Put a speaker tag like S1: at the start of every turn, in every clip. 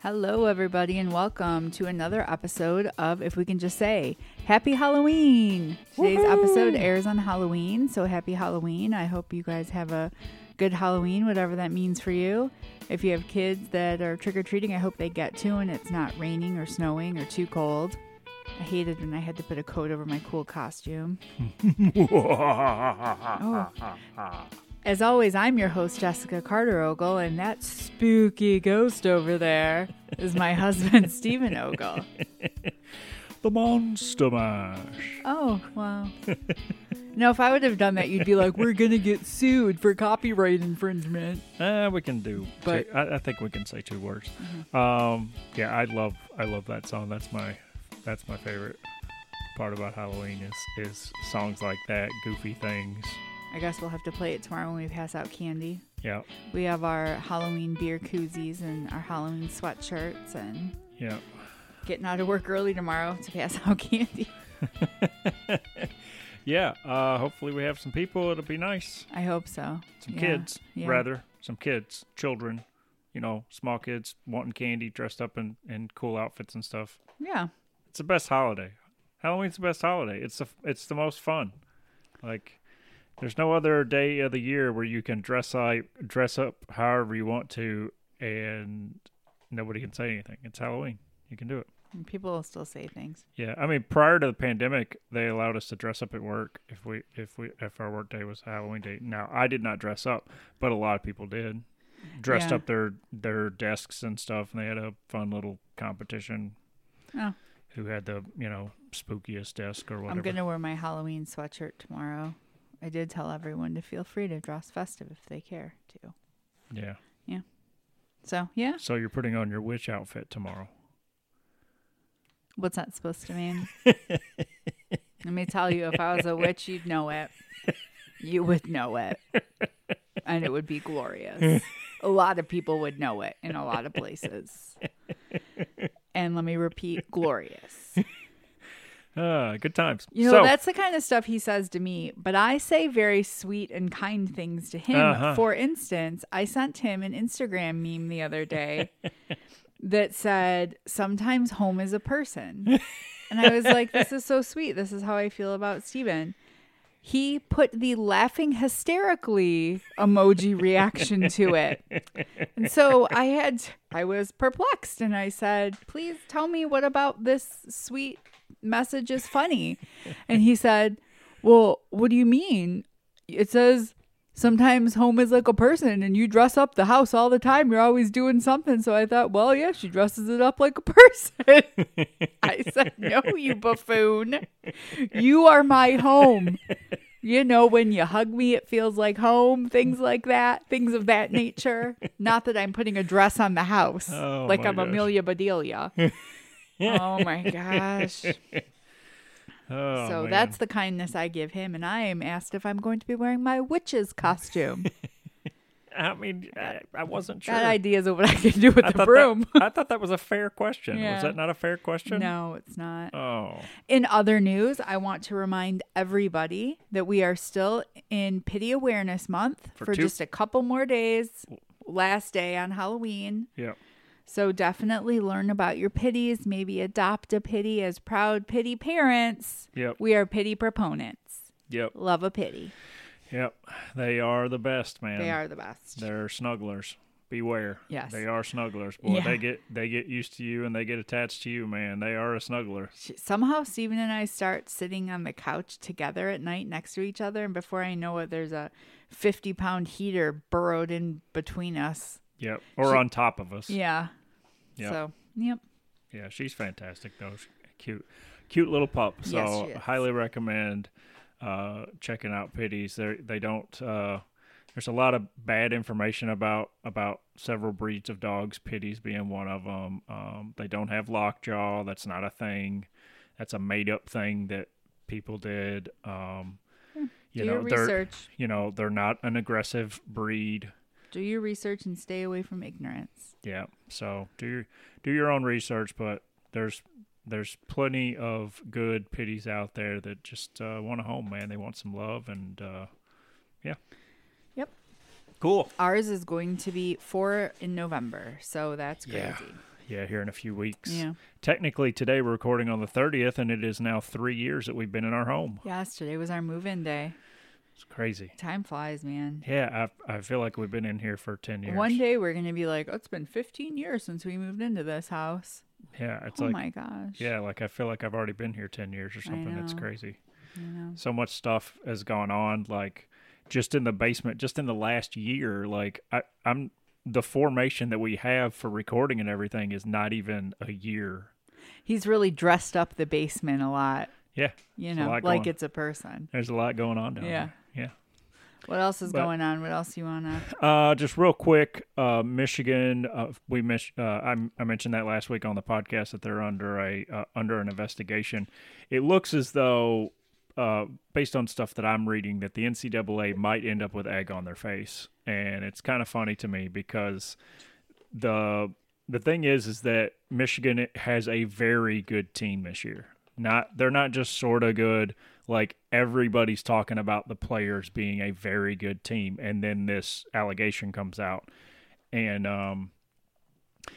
S1: Hello, everybody, and welcome to another episode of If We Can Just Say Happy Halloween. Today's
S2: Woohoo!
S1: episode airs on Halloween, so happy Halloween. I hope you guys have a good Halloween, whatever that means for you. If you have kids that are trick or treating, I hope they get to and it's not raining or snowing or too cold. I hated when I had to put a coat over my cool costume. Oh. As always, I'm your host, Jessica Carter Ogle, and that spooky ghost over there is my husband, Stephen Ogle.
S2: The Monster Mash.
S1: Oh, wow. no, if I would have done that, you'd be like, we're going to get sued for copyright infringement.
S2: Eh, we can do,
S1: But- Mm-hmm.
S2: two- I, I think we can say two words. Um, yeah, I love, I love that song. That's my, that's my favorite part about Halloween is is songs like that, goofy things.
S1: I guess we'll have to play it tomorrow when we pass out candy.
S2: Yeah,
S1: We have our Halloween beer koozies and our Halloween sweatshirts and
S2: yeah.
S1: getting out of work early tomorrow to pass out candy.
S2: Yeah, uh, hopefully we have some people. It'll be nice.
S1: I hope so.
S2: Some
S1: Yeah,
S2: kids,
S1: yeah.
S2: rather. Some kids, children, you know, small kids wanting candy, dressed up in, in cool outfits and stuff.
S1: Yeah.
S2: It's the best holiday. Halloween's the best holiday. It's the it's the most fun. Like there's no other day of the year where you can dress I dress up however you want to and nobody can say anything. It's Halloween. You can do it.
S1: And people will still say things.
S2: Yeah, I mean prior to the pandemic, they allowed us to dress up at work if we if we if our work day was a Halloween day. Now, I did not dress up, but a lot of people did. Dressed
S1: Yeah.
S2: up their their desks and stuff, and they had a fun little competition
S1: Oh,
S2: who had the you know spookiest desk or whatever.
S1: I'm going to wear my Halloween sweatshirt tomorrow. I did tell everyone to feel free to dress festive if they care to.
S2: Yeah.
S1: So, yeah.
S2: So you're putting on your witch outfit tomorrow.
S1: What's that supposed to mean? Let me tell you, if I was a witch, you'd know it. You would know it. And it would be glorious. A lot of people would know it in a lot of places. And let me repeat glorious.
S2: Ah, good times.
S1: You know,
S2: so,
S1: that's the kind of stuff he says to me, but I say very sweet and kind things to him.
S2: Uh-huh.
S1: For instance, I sent him an Instagram meme the other day that said, Sometimes home is a person. And I was like, This is so sweet. This is how I feel about Steven. He put the laughing hysterically emoji reaction to it. And so I had, I was perplexed and I said, please tell me what about this sweet message is funny. And he said, well, what do you mean? It says, sometimes home is like a person and you dress up the house all the time. You're always doing something. So I thought, well, yeah, she dresses it up like a person. I said, no, you buffoon. You are my home. You know, when you hug me, it feels like home, things like that, things of that nature. Not that I'm putting a dress on the house
S2: Oh,
S1: like
S2: my
S1: I'm
S2: gosh.
S1: Amelia Bedelia. oh my gosh.
S2: oh,
S1: so
S2: man.
S1: that's the kindness I give him. And I am asked if I'm going to be wearing my witch's costume.
S2: I mean, I, I wasn't sure.
S1: That idea is what I can do with
S2: I
S1: the
S2: thought
S1: broom.
S2: That, I thought that was a fair question.
S1: Yeah.
S2: Was that not a fair question?
S1: No, it's not.
S2: Oh,
S1: In other news, I want to remind everybody that we are still in Pity Awareness Month
S2: For
S1: for,
S2: two-
S1: just a couple more days. Last day on Halloween.
S2: yeah.
S1: So definitely learn about your pities. Maybe adopt a pity as proud pity parents.
S2: Yep.
S1: We are pity proponents.
S2: Yep.
S1: Love a pity.
S2: Yep. They are the best, man.
S1: They are the best.
S2: They're snugglers. Beware.
S1: Yes.
S2: They are snugglers, boy.
S1: Yeah.
S2: They get they get used to you and they get attached to you, man. They are a snuggler.
S1: Sh- Somehow Steven and I start sitting on the couch together at night next to each other, and before I know it, there's a 50 pound heater burrowed in between us.
S2: Yep. Or on top of us.
S1: Yeah.
S2: Yep.
S1: So, yep.
S2: Yeah, she's fantastic though. She's cute, cute little pup. So
S1: Yes, she is.
S2: highly recommend uh, checking out Pities. They they don't. Uh, there's a lot of bad information about about several breeds of dogs. Pities being one of them. Um, they don't have lockjaw. That's not a thing. That's a made up thing that people did. Um, you
S1: Hmm. Do
S2: know,
S1: your
S2: they're-
S1: research.
S2: You know, they're not an aggressive breed.
S1: Do your research and stay away from ignorance.
S2: Yeah. So do your do your own research, but there's there's plenty of good pitties out there that just uh, want a home, man. They want some love and uh, yeah.
S1: Yep.
S2: Cool.
S1: Ours is going to be four in November, so that's crazy.
S2: Yeah. Yeah, here in a few weeks.
S1: Yeah.
S2: Technically, today we're recording on the 30th, and it is now three years that we've been in our home.
S1: Yes, today was our move in day.
S2: It's crazy.
S1: Time flies, man.
S2: Yeah, I, I feel like we've been in here for 10 years.
S1: One day we're going to be like, oh, it's been 15 years since we moved into this house.
S2: Yeah, it's
S1: oh
S2: like,
S1: my gosh.
S2: yeah, like I feel like I've already been here 10 years or something. It's
S1: know.
S2: crazy.
S1: You know?
S2: so much stuff has gone on like just in the basement just in the last year like I, i'm the formation that we have for recording and everything is not even a year
S1: He's really dressed up the basement a lot,
S2: yeah
S1: you
S2: There's a
S1: know,
S2: lot
S1: like
S2: going-
S1: it's a person.
S2: there's a lot going on down
S1: Yeah.
S2: there
S1: What else is
S2: But-
S1: going on? What else you want to?
S2: yeah uh just real quick uh michigan uh we mis- uh, I, I mentioned that last week on the podcast that they're under a uh, under an investigation it looks as though uh, based on stuff that I'm reading, that the NCAA might end up with egg on their face, and it's kind of funny to me because the the thing is, is that Michigan has a very good team this year. Not they're not just sort of good. Like everybody's talking about the players being a very good team, and then this allegation comes out, and um,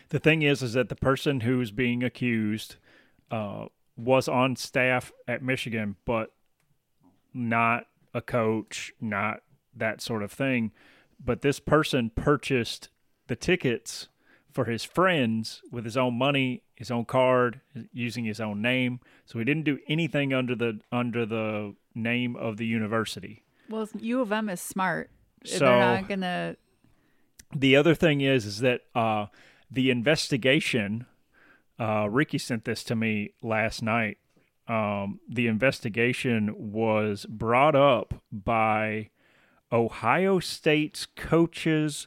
S2: the thing is, is that the person who's being accused uh, was on staff at Michigan, but not a coach, not that sort of thing. But this person purchased the tickets for his friends with his own money, his own card, using his own name. So he didn't do anything under the under the name of the university.
S1: Well, U of M is smart.
S2: So-
S1: They're not going to.
S2: The other thing is, is that uh, the investigation. Uh, Ricky sent this to me last night. Um, the investigation was brought up by Ohio State's coach's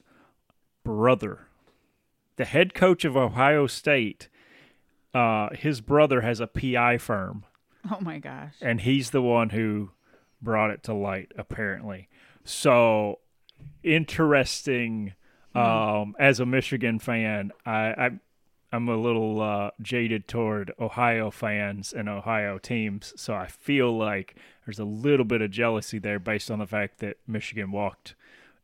S2: brother. The head coach of Ohio State, uh, his brother has a PI firm
S1: Oh my gosh.
S2: and he's the one who brought it to light apparently so interesting um as a michigan fan i i i'm a little uh jaded toward ohio fans and ohio teams so i feel like there's a little bit of jealousy there based on the fact that michigan walked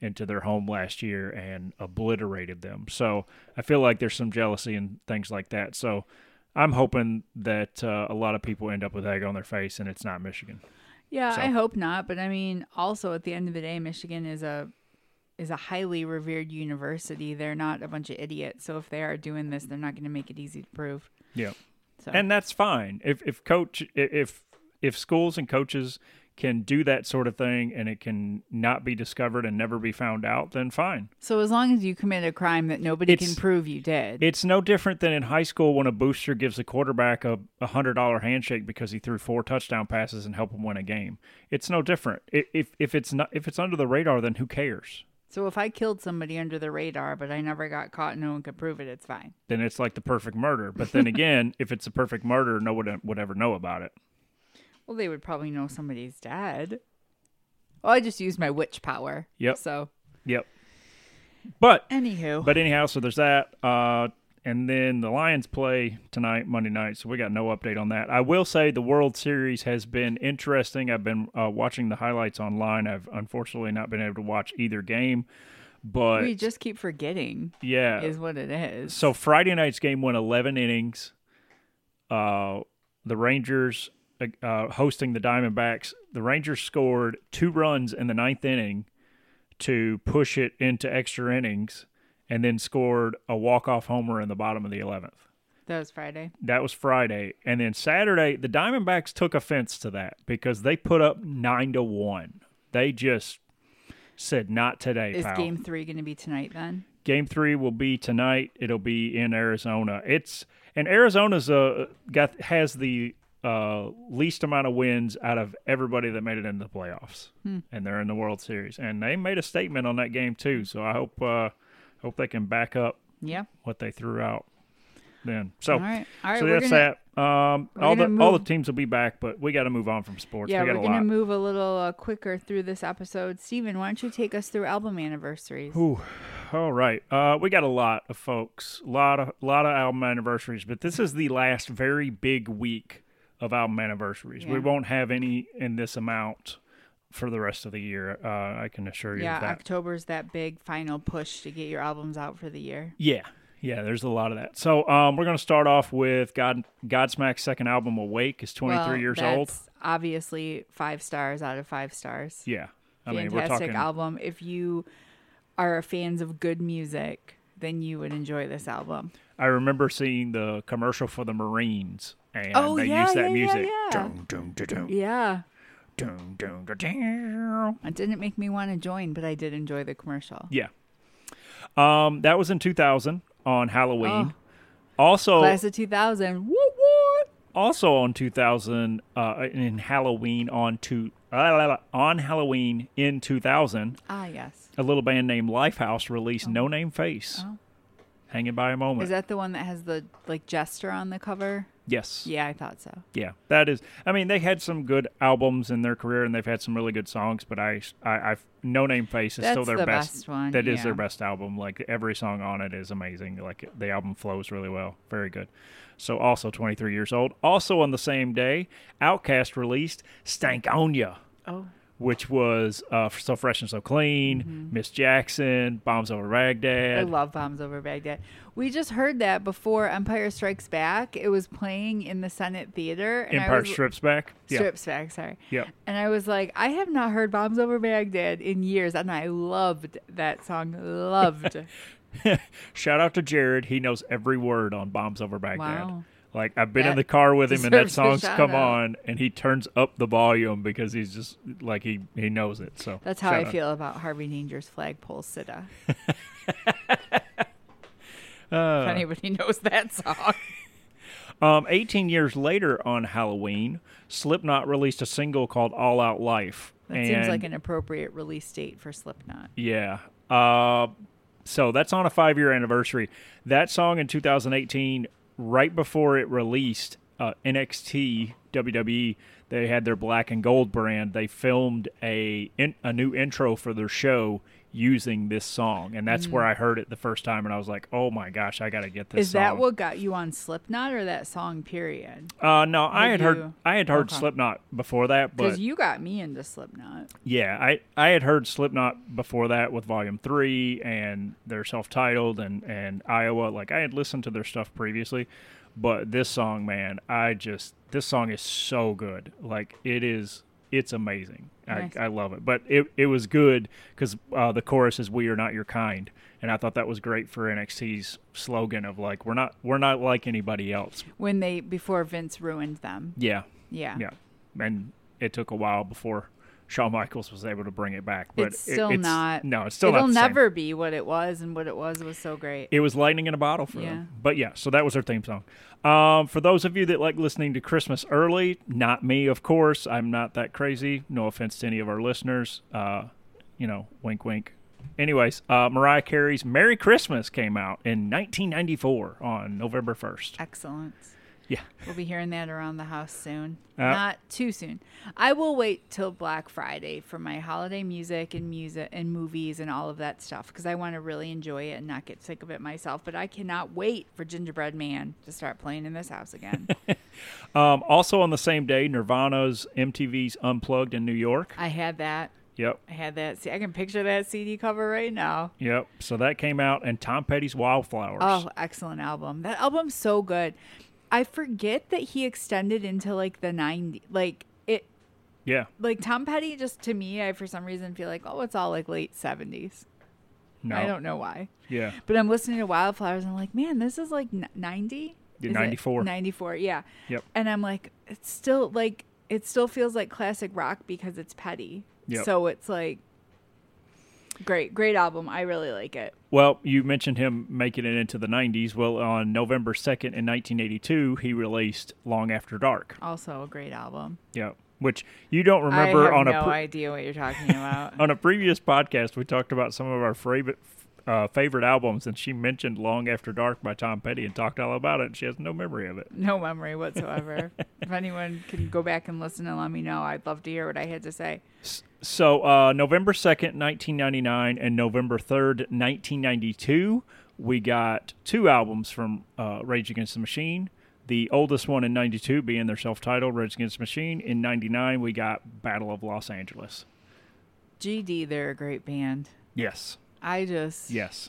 S2: into their home last year and obliterated them so i feel like there's some jealousy and things like that so I'm hoping that uh, a lot of people end up with egg on their face and it's not Michigan.
S1: Yeah,
S2: So-
S1: I hope not. But I mean, also at the end of the day, Michigan is a is a highly revered university. They're not a bunch of idiots. So if they are doing this, they're not going to make it easy to prove.
S2: Yeah.
S1: So
S2: And that's fine. If if coach i- if if schools and coaches can do that sort of thing and it can not be discovered and never be found out, then fine.
S1: so as long as you commit a crime that nobody can
S2: It's-
S1: prove you did,
S2: It's no different than in high school when a booster gives a quarterback a a hundred dollar handshake because he threw four touchdown passes and helped him win a game. It's no different. I- If if it's not if it's under the radar, then who cares?
S1: so if I killed somebody under the radar but I never got caught, no one could prove it. It's fine.
S2: Then it's like the perfect murder. But then again, if it's a perfect murder, no one would ever know about it.
S1: Well, they would probably know somebody's dead. Well, I just used my witch power.
S2: Yep.
S1: So
S2: Yep. But
S1: anywho,
S2: but anyhow, so there's that. Uh, and then the Lions play tonight, Monday night. So we got no update on that. I will say the World Series has been interesting. I've been uh, watching the highlights online. I've unfortunately not been able to watch either game, but
S1: we just keep forgetting
S2: yeah,
S1: is what it is.
S2: so Friday night's game went 11 innings. Uh, the Rangers uh, uh, hosting the Diamondbacks. The Rangers scored two runs in the ninth inning to push it into extra innings, and then scored a walk-off homer in the bottom of the 11th.
S1: that was Friday.
S2: That was Friday, and then Saturday the Diamondbacks took offense to that because they put up nine to one. They just said not today.
S1: Is
S2: pal."
S1: game three going to be tonight then?
S2: Game three will be tonight. It'll be in Arizona. It's and Arizona's uh got has the uh, least amount of wins out of everybody that made it into the playoffs,
S1: Hmm.
S2: and they're in the World Series. And they made a statement on that game too. So I hope uh, hope they can back up
S1: Yeah.
S2: what they threw out. Then so
S1: All right. All right.
S2: so
S1: we're
S2: that's
S1: gonna,
S2: that. Um,
S1: we're
S2: all the
S1: gonna
S2: all the
S1: move-
S2: teams will be back, but we got to move on from sports.
S1: Yeah,
S2: we
S1: we
S2: got
S1: are
S2: a
S1: going to
S2: lot.
S1: move a little uh, quicker through this episode. Steven, why don't you take us through album anniversaries?
S2: Ooh, all right. Uh, we got a lot of folks, lot of lot of album anniversaries, but this is the last very big week of album anniversaries. We
S1: Yeah.
S2: won't have any in this amount for the rest of the year. Uh, I can assure you
S1: yeah,
S2: of that.
S1: October's that big final push to get your albums out for the year.
S2: Yeah, Yeah, there's a lot of that. So um, we're going to start off with God Godsmack's second album, Awake, is 23
S1: Well,
S2: years old.
S1: that's Obviously, five stars out of five stars.
S2: Yeah, I mean
S1: Fantastic
S2: we're talking.
S1: album. If you are fans of good music, then you would enjoy this album.
S2: I remember seeing the commercial for the Marines, and
S1: oh
S2: they
S1: yeah,
S2: used that
S1: yeah,
S2: music.
S1: yeah, yeah.
S2: Dun, dun, dun, dun,
S1: Yeah.
S2: dun, dun, dun, dun.
S1: It didn't make me want to join, but I did enjoy the commercial.
S2: Yeah. Um, that was in 2000 on Halloween.
S1: Oh.
S2: Also,
S1: Class of 2000. Woo woo.
S2: also on 2000 uh, in Halloween on two la, la, la, on Halloween in 2000,
S1: Ah, yes.
S2: a little band named Lifehouse released No Name Face.
S1: Oh.
S2: Hanging by a moment.
S1: Is that the one that has the like jester on the cover?
S2: yes.
S1: Yeah, I thought so.
S2: Yeah, that is. I mean, they had some good albums in their career, and they've had some really good songs. But I, I, I've No Name Face is still
S1: That's
S2: their
S1: the
S2: best.
S1: best one,
S2: That is their
S1: yeah.
S2: best album. Like every song on it is amazing. Like the album flows really well. Very good. So also 23 years old. Also on the same day, Outcast released Stankonia,
S1: Oh.
S2: which was uh, so fresh and so clean. Miss Jackson, Bombs Over
S1: Mm-hmm. I
S2: Baghdad.
S1: love Bombs Over Baghdad. We just heard that before Empire Strikes Back. It was playing in the Senate Theater. And I
S2: Empire
S1: was,
S2: Strips Back.
S1: Strips Back, sorry.
S2: Yep.
S1: And I was like, I have not heard Bombs Over Baghdad in years. And I loved that song. Loved.
S2: Shout out to Jared. He knows every word on Bombs Over Baghdad.
S1: Wow.
S2: Like I've been in
S1: That
S2: the car with him and that
S1: deserves a
S2: song's
S1: shout
S2: come
S1: out.
S2: on and he turns up the volume because he's just like he he knows it. So
S1: That's how
S2: shout
S1: I
S2: out.
S1: feel about Harvey Danger's flagpole sitta.
S2: Uh.
S1: if anybody knows that song.
S2: Um, 18 years later on Halloween, Slipknot released a single called All Out Life.
S1: That
S2: and
S1: seems like an appropriate release date for Slipknot.
S2: Yeah. Uh, so that's on a five year anniversary. That song in 2018, right before it released, uh, NXT WWE, E, they had their black and gold brand. They filmed a in, a new intro for their show using this song, and that's where I heard it the first time, and I was like, "Oh my gosh, I gotta get this."
S1: Mm. Is that
S2: song.
S1: what got you on Slipknot or that song period?
S2: Uh, no, I had
S1: Did
S2: heard
S1: you-
S2: I had heard
S1: Okay.
S2: Slipknot before that, but
S1: Because you got me into Slipknot.
S2: Yeah, I I had heard Slipknot before that with Volume Three and their self-titled and and Iowa. Like I had listened to their stuff previously, but this song, man, I just this song is so good. Like it is, it's amazing.
S1: Nice.
S2: I, I love it. But it it was good because uh, the chorus is "We are not your kind," and I thought that was great for NXT's slogan of like we're not we're not like anybody else.
S1: When they before Vince ruined them.
S2: Yeah,
S1: Yeah.
S2: yeah, and it took a while before Shawn Michaels was able to bring it back. But
S1: It's
S2: it-
S1: still not-
S2: No, it's still
S1: It'll
S2: not. the same.
S1: never be what it was and what it was was so great.
S2: It was lightning in a bottle for
S1: Yeah.
S2: them. But yeah, so that was their theme song. Um, for those of you that like listening to Christmas early, not me, of course. I'm not that crazy. No offense to any of our listeners. Uh, you know, wink, wink. Anyways, uh, Mariah Carey's "Merry Christmas" came out in 1994 on November 1st.
S1: Excellent.
S2: Yeah.
S1: We'll be hearing that around the house soon.
S2: Uh,
S1: Not too soon. I will wait till Black Friday for my holiday music and music and movies and all of that stuff because I want to really enjoy it and not get sick of it myself. But I cannot wait for Gingerbread Man to start playing in this house again.
S2: Um, also on the same day, Nirvana's MTV's Unplugged in New York.
S1: I had that.
S2: Yep.
S1: I had that. See, I can picture that CD cover right now.
S2: Yep. So that came out, and Tom Petty's Wildflowers.
S1: Oh, excellent album. That album's so good. I forget that he extended into like the 90s. Like it
S2: Yeah.
S1: like Tom Petty just to me, I for some reason feel like, oh, it's all like late 70s.
S2: No.
S1: I don't know why.
S2: Yeah.
S1: But I'm listening to Wildflowers and I'm like, man, this is like n- 90? Is
S2: Yeah,
S1: it
S2: 94.
S1: 94, yeah.
S2: Yep.
S1: And I'm like, it's still like it still feels like classic rock because it's Petty.
S2: Yep.
S1: So it's like great, great album. I really like it.
S2: Well, you mentioned him making it into the 90s. Well, on November 2nd in 1982, he released Long After Dark.
S1: Also a great album.
S2: Yep. Which you don't remember
S1: I have
S2: on
S1: no
S2: a pre-
S1: idea what you're talking about.
S2: on a previous podcast we talked about some of our favorite uh, favorite albums, and she mentioned Long After Dark by Tom Petty and talked all about it. And she has no memory of it.
S1: no memory whatsoever. if anyone can go back and listen and let me know, I'd love to hear what I had to say.
S2: So uh, November second, nineteen ninety nine, and November third, nineteen ninety two, we got two albums from uh, Rage Against the Machine. The oldest one in ninety two being their self titled Rage Against the Machine. In ninety nine, we got Battle of Los Angeles.
S1: GD, they're a great band.
S2: Yes,
S1: I just
S2: yes,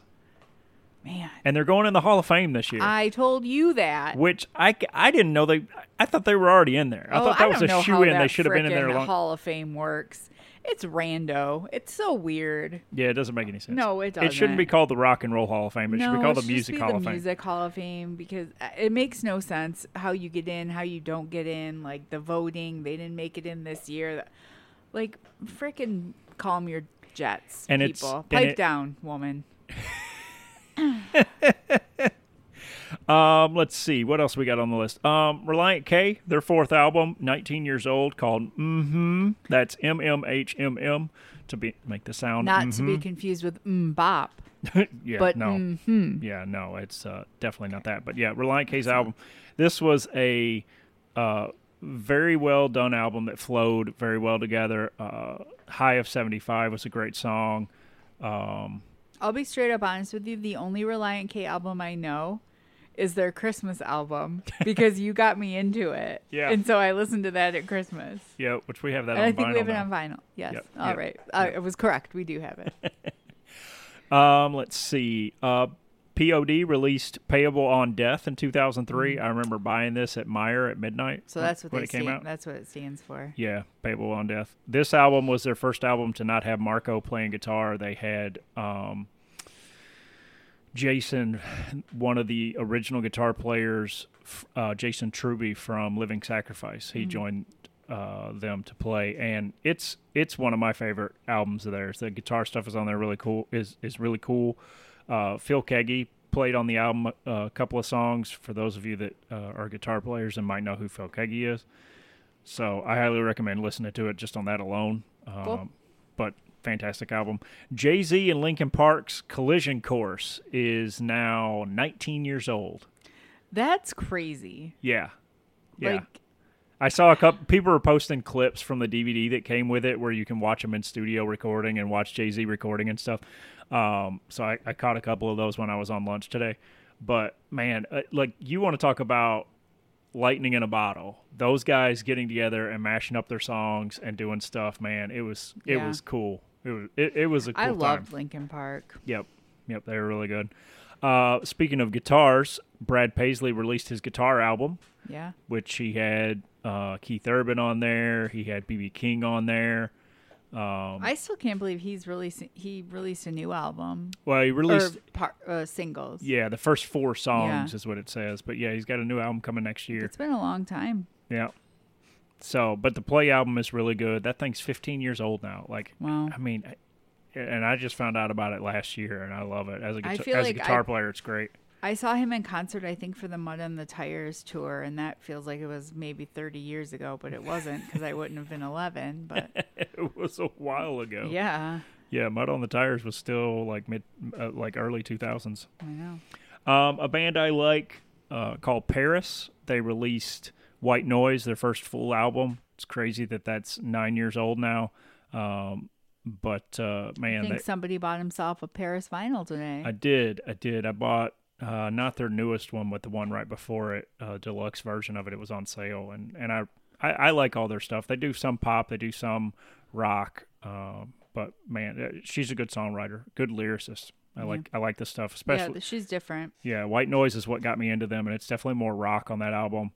S1: Man,
S2: and they're going in the Hall of Fame this year.
S1: I told you that.
S2: which I, c- I didn't know they I thought they were already in there. I
S1: oh,
S2: thought
S1: I
S2: that
S1: don't
S2: was a
S1: know
S2: shoe
S1: how
S2: in. They
S1: that
S2: should have been in there
S1: frickin'
S2: a long.
S1: Hall of Fame works. It's rando. It's so weird.
S2: Yeah, it doesn't make any sense.
S1: No, it
S2: It shouldn't be called the Rock and Roll Hall of Fame. It should
S1: no,
S2: be called
S1: it
S2: the
S1: should just
S2: Music
S1: be
S2: Hall
S1: the
S2: of Fame.
S1: Music Hall of Fame because uh, it makes no sense how you get in, how you don't get in. Like the voting, they didn't make it in this year. Like frickin' calm your jets,
S2: And it's-
S1: people.
S2: and
S1: Pipe
S2: it-
S1: down, woman.
S2: Um, let's see what else we got on the list. Um, Reliant K, their fourth album, 19 years old, called Mm-hmm. That's M M H M M to be make the sound.
S1: Not
S2: mhm.
S1: to be confused with mm bop.
S2: yeah,
S1: but Mm-hmm.
S2: no, yeah, no, it's uh, definitely not that. But yeah, Reliant K's album. This was a uh, very well done album that flowed very well together. Uh, High of 75 was a great song. Um,
S1: I'll be straight up honest with you. The only Reliant K album I know is their Christmas album because you got me into it.
S2: Yeah.
S1: And so I listened to that at Christmas.
S2: yeah, which we have that
S1: And
S2: on
S1: I think
S2: vinyl
S1: we have
S2: now.
S1: it on vinyl. Yes.
S2: Yep,
S1: All
S2: yep,
S1: right. I, I was correct. We do have it.
S2: Um, let's see. Uh, POD released Payable on Death in 2003. I remember buying this at Meyer at midnight.
S1: Mm. So
S2: when-
S1: that's what
S2: when
S1: they
S2: it came
S1: stand-
S2: out.
S1: That's what it stands for.
S2: Yeah, Payable on Death. This album was their first album to not have Marco playing guitar. They had um, Jason, one of the original guitar players, f- uh, Jason Truby from Living Sacrifice. He joined uh, them to play, and it's it's one of my favorite albums of theirs. The guitar stuff is on there really cool. is is really cool. Uh, Phil Keggy played on the album uh, a couple of songs. For those of you that uh, are guitar players and might know who Phil Keggy is, so I highly recommend listening to it just on that alone. Um,
S1: Cool.
S2: But fantastic album. Jay Z and Linkin Park's Collision Course is now 19 years old.
S1: That's crazy.
S2: Yeah. Yeah.
S1: Like,
S2: I saw a couple people were posting clips from the DVD that came with it where you can watch them in studio recording and watch Jay Z recording and stuff. Um, so I, I caught a couple of those when I was on lunch today. But man, uh, like you want to talk about lightning in a bottle. Those guys getting together and mashing up their songs and doing stuff, man, it was it
S1: Yeah.
S2: was cool. It was it, it was a cool
S1: I
S2: time.
S1: loved Lincoln Park.
S2: Yep. Yep, they were really good. Uh, speaking of guitars, Brad Paisley released his guitar album
S1: Yeah.
S2: which he had uh, Keith Urban on there. He had BB King on there. Um,
S1: I still can't believe he's releasing. He released a new album
S2: well, he released
S1: or par, uh, singles.
S2: yeah the first four songs
S1: Yeah.
S2: is what it says, but yeah, he's got a new album coming next year.
S1: It's been a long time.
S2: yeah. So, but the play album is really good. That thing's 15 years old now. Like,
S1: Wow.
S2: I mean, I- and I just found out about it last year, and I love it. As a
S1: I
S2: guitar,
S1: feel
S2: as a
S1: like I-
S2: guitar player, it's great.
S1: I saw him in concert, I think, for the Mud and the Tires tour, and that feels like it was maybe 30 years ago, but it wasn't because I wouldn't have been 11. But
S2: It was a while ago.
S1: yeah,
S2: yeah. Mud on the Tires was still like mid, uh, like early 2000s.
S1: I know.
S2: Um, a band I like uh, called Paris. They released White Noise, their first full album. It's crazy that that's nine years old now. Um, but uh,
S1: I
S2: man,
S1: think
S2: they,
S1: somebody bought himself a Paris vinyl today.
S2: I did, I did. I bought uh, not their newest one, but the one right before it, uh, deluxe version of it. It was on sale, and and I, I I like all their stuff. They do some pop, they do some rock. Um, but man, uh, she's a good songwriter, good lyricist. I like I like this stuff,
S1: yeah,
S2: especially
S1: th- she's different.
S2: yeah, White Noise is what got me into them, and it's definitely more rock on that album.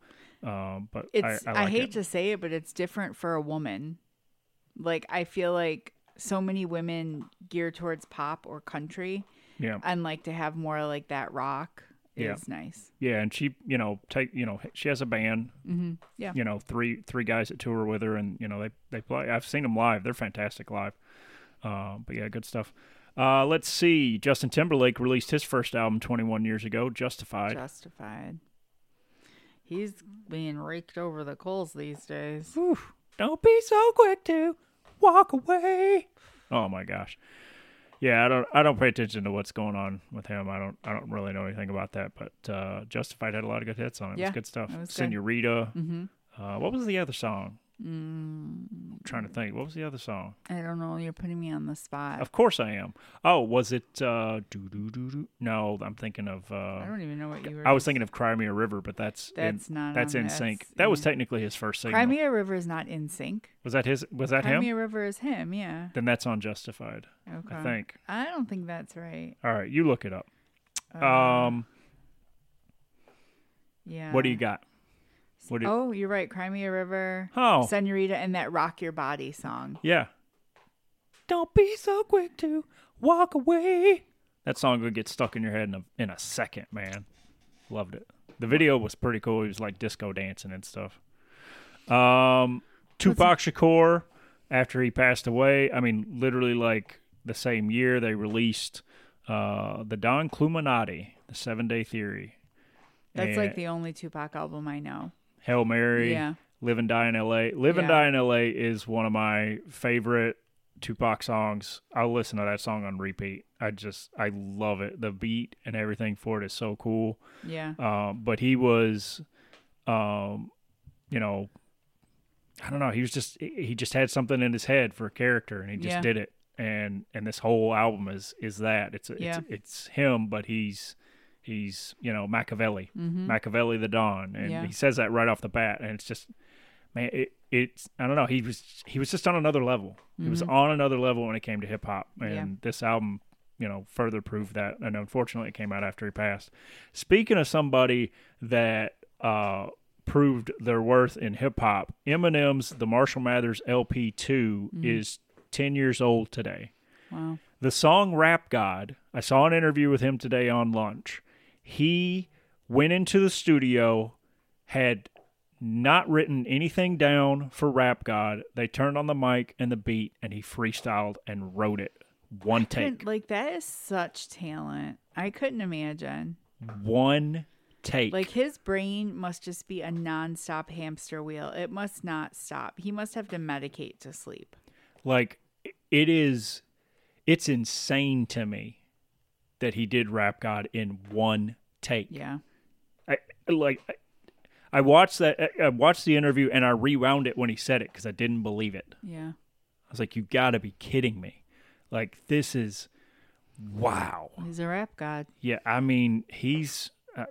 S2: Um, but
S1: It's
S2: I,
S1: I,
S2: I, like
S1: hate
S2: it.
S1: to say it, but it's different for a woman. Like I feel like so many women gear towards pop or country,
S2: yeah,
S1: and like to have more like that rock
S2: Yeah.
S1: is nice.
S2: yeah, and she, you know, take, you know, she has a band.
S1: Mm-hmm. Yeah.
S2: You know, three three guys that tour with her, and you know they they play. I've seen them live; they're fantastic live. Um, but yeah, good stuff. Uh, let's see. Justin Timberlake released his first album 21 years ago, Justified.
S1: Justified. He's being raked over the coals these days.
S2: Oof. Don't be so quick to walk away. Oh my gosh. Yeah, I don't I don't pay attention to what's going on with him. I don't I don't really know anything about that, but uh Justified had a lot of good hits on it.
S1: Yeah,
S2: it's good stuff.
S1: it was good.
S2: Senorita.
S1: Mm-hmm.
S2: Uh what was the other song?
S1: Mm,
S2: I'm trying to think. What was the other song?
S1: I don't know. You're putting me on the spot.
S2: Of course I am. Oh, was it uh doo doo doo doo? No, I'm thinking of
S1: I
S2: uh
S1: don't even know what you were.
S2: I was thinking of Cry Me a River, but that's in,
S1: That's not.
S2: that's
S1: on
S2: in
S1: this. Mm.
S2: sync. That was
S1: Yeah.
S2: technically his first single.
S1: Crimea River is not in sync.
S2: Was that his was that him?
S1: Crimea River is him. Yeah.
S2: Then that's on Justified,
S1: Okay.
S2: I think.
S1: I don't think that's right.
S2: All right, you look it up.
S1: Uh,
S2: Um,
S1: Yeah.
S2: what do you got? What do you,
S1: uh, Oh, you're right. Cry Me a River.
S2: oh,
S1: Senorita and that Rock Your Body song.
S2: yeah. Don't be so quick to walk away. That song would get stuck in your head in a in a second, man. Loved it. The video was pretty cool. He was like disco dancing and stuff. Um, Tupac Shakur, after he passed away, I mean, literally like the same year they released uh, the Don Cluminati, the Seven Day Theory.
S1: That's
S2: And-
S1: like the only Tupac album I know.
S2: Hail Mary,
S1: Yeah.
S2: Live and Die in LA. Live and
S1: Yeah.
S2: Die in LA is one of my favorite Tupac songs. I'll listen to that song on repeat. I just I love it. The beat and everything for it is so cool.
S1: Yeah.
S2: Um, but he was um, you know, I don't know, he was just he just had something in his head for a character and he just
S1: Yeah.
S2: did it. And and this whole album is is that. It's it's
S1: Yeah.
S2: it's him, but he's he's, you know, Machiavelli.
S1: Mm-hmm.
S2: Machiavelli the Don, and
S1: Yeah.
S2: he says that right off the bat, and it's just, man, it, it's I don't know, he was he was just on another level. He was on another level when it came to hip hop, and
S1: Mm-hmm. Yeah.
S2: this album, you know, further proved that. And unfortunately, it came out after he passed. Speaking of somebody that uh, proved their worth in hip hop, Eminem's The Marshall Mathers LP 2
S1: Mm-hmm.
S2: is ten years old today.
S1: Wow.
S2: The song Rap God, I saw an interview with him today on lunch. He went into the studio, had not written anything down for Rap God. They turned on the mic and the beat, and he freestyled and wrote it. One
S1: Couldn't-
S2: take.
S1: Like that is such talent. I couldn't imagine.
S2: One take.
S1: Like his brain must just be a nonstop hamster wheel. It must not stop. He must have to medicate to sleep.
S2: like it is it's insane to me that he did Rap God in one take.
S1: Yeah.
S2: I like I- I watched that I- I watched the interview and I rewound it when he said it cuz I didn't believe it.
S1: Yeah.
S2: I was like you got to be kidding me. Like this is wow.
S1: He's a rap god.
S2: Yeah, I mean, he's uh,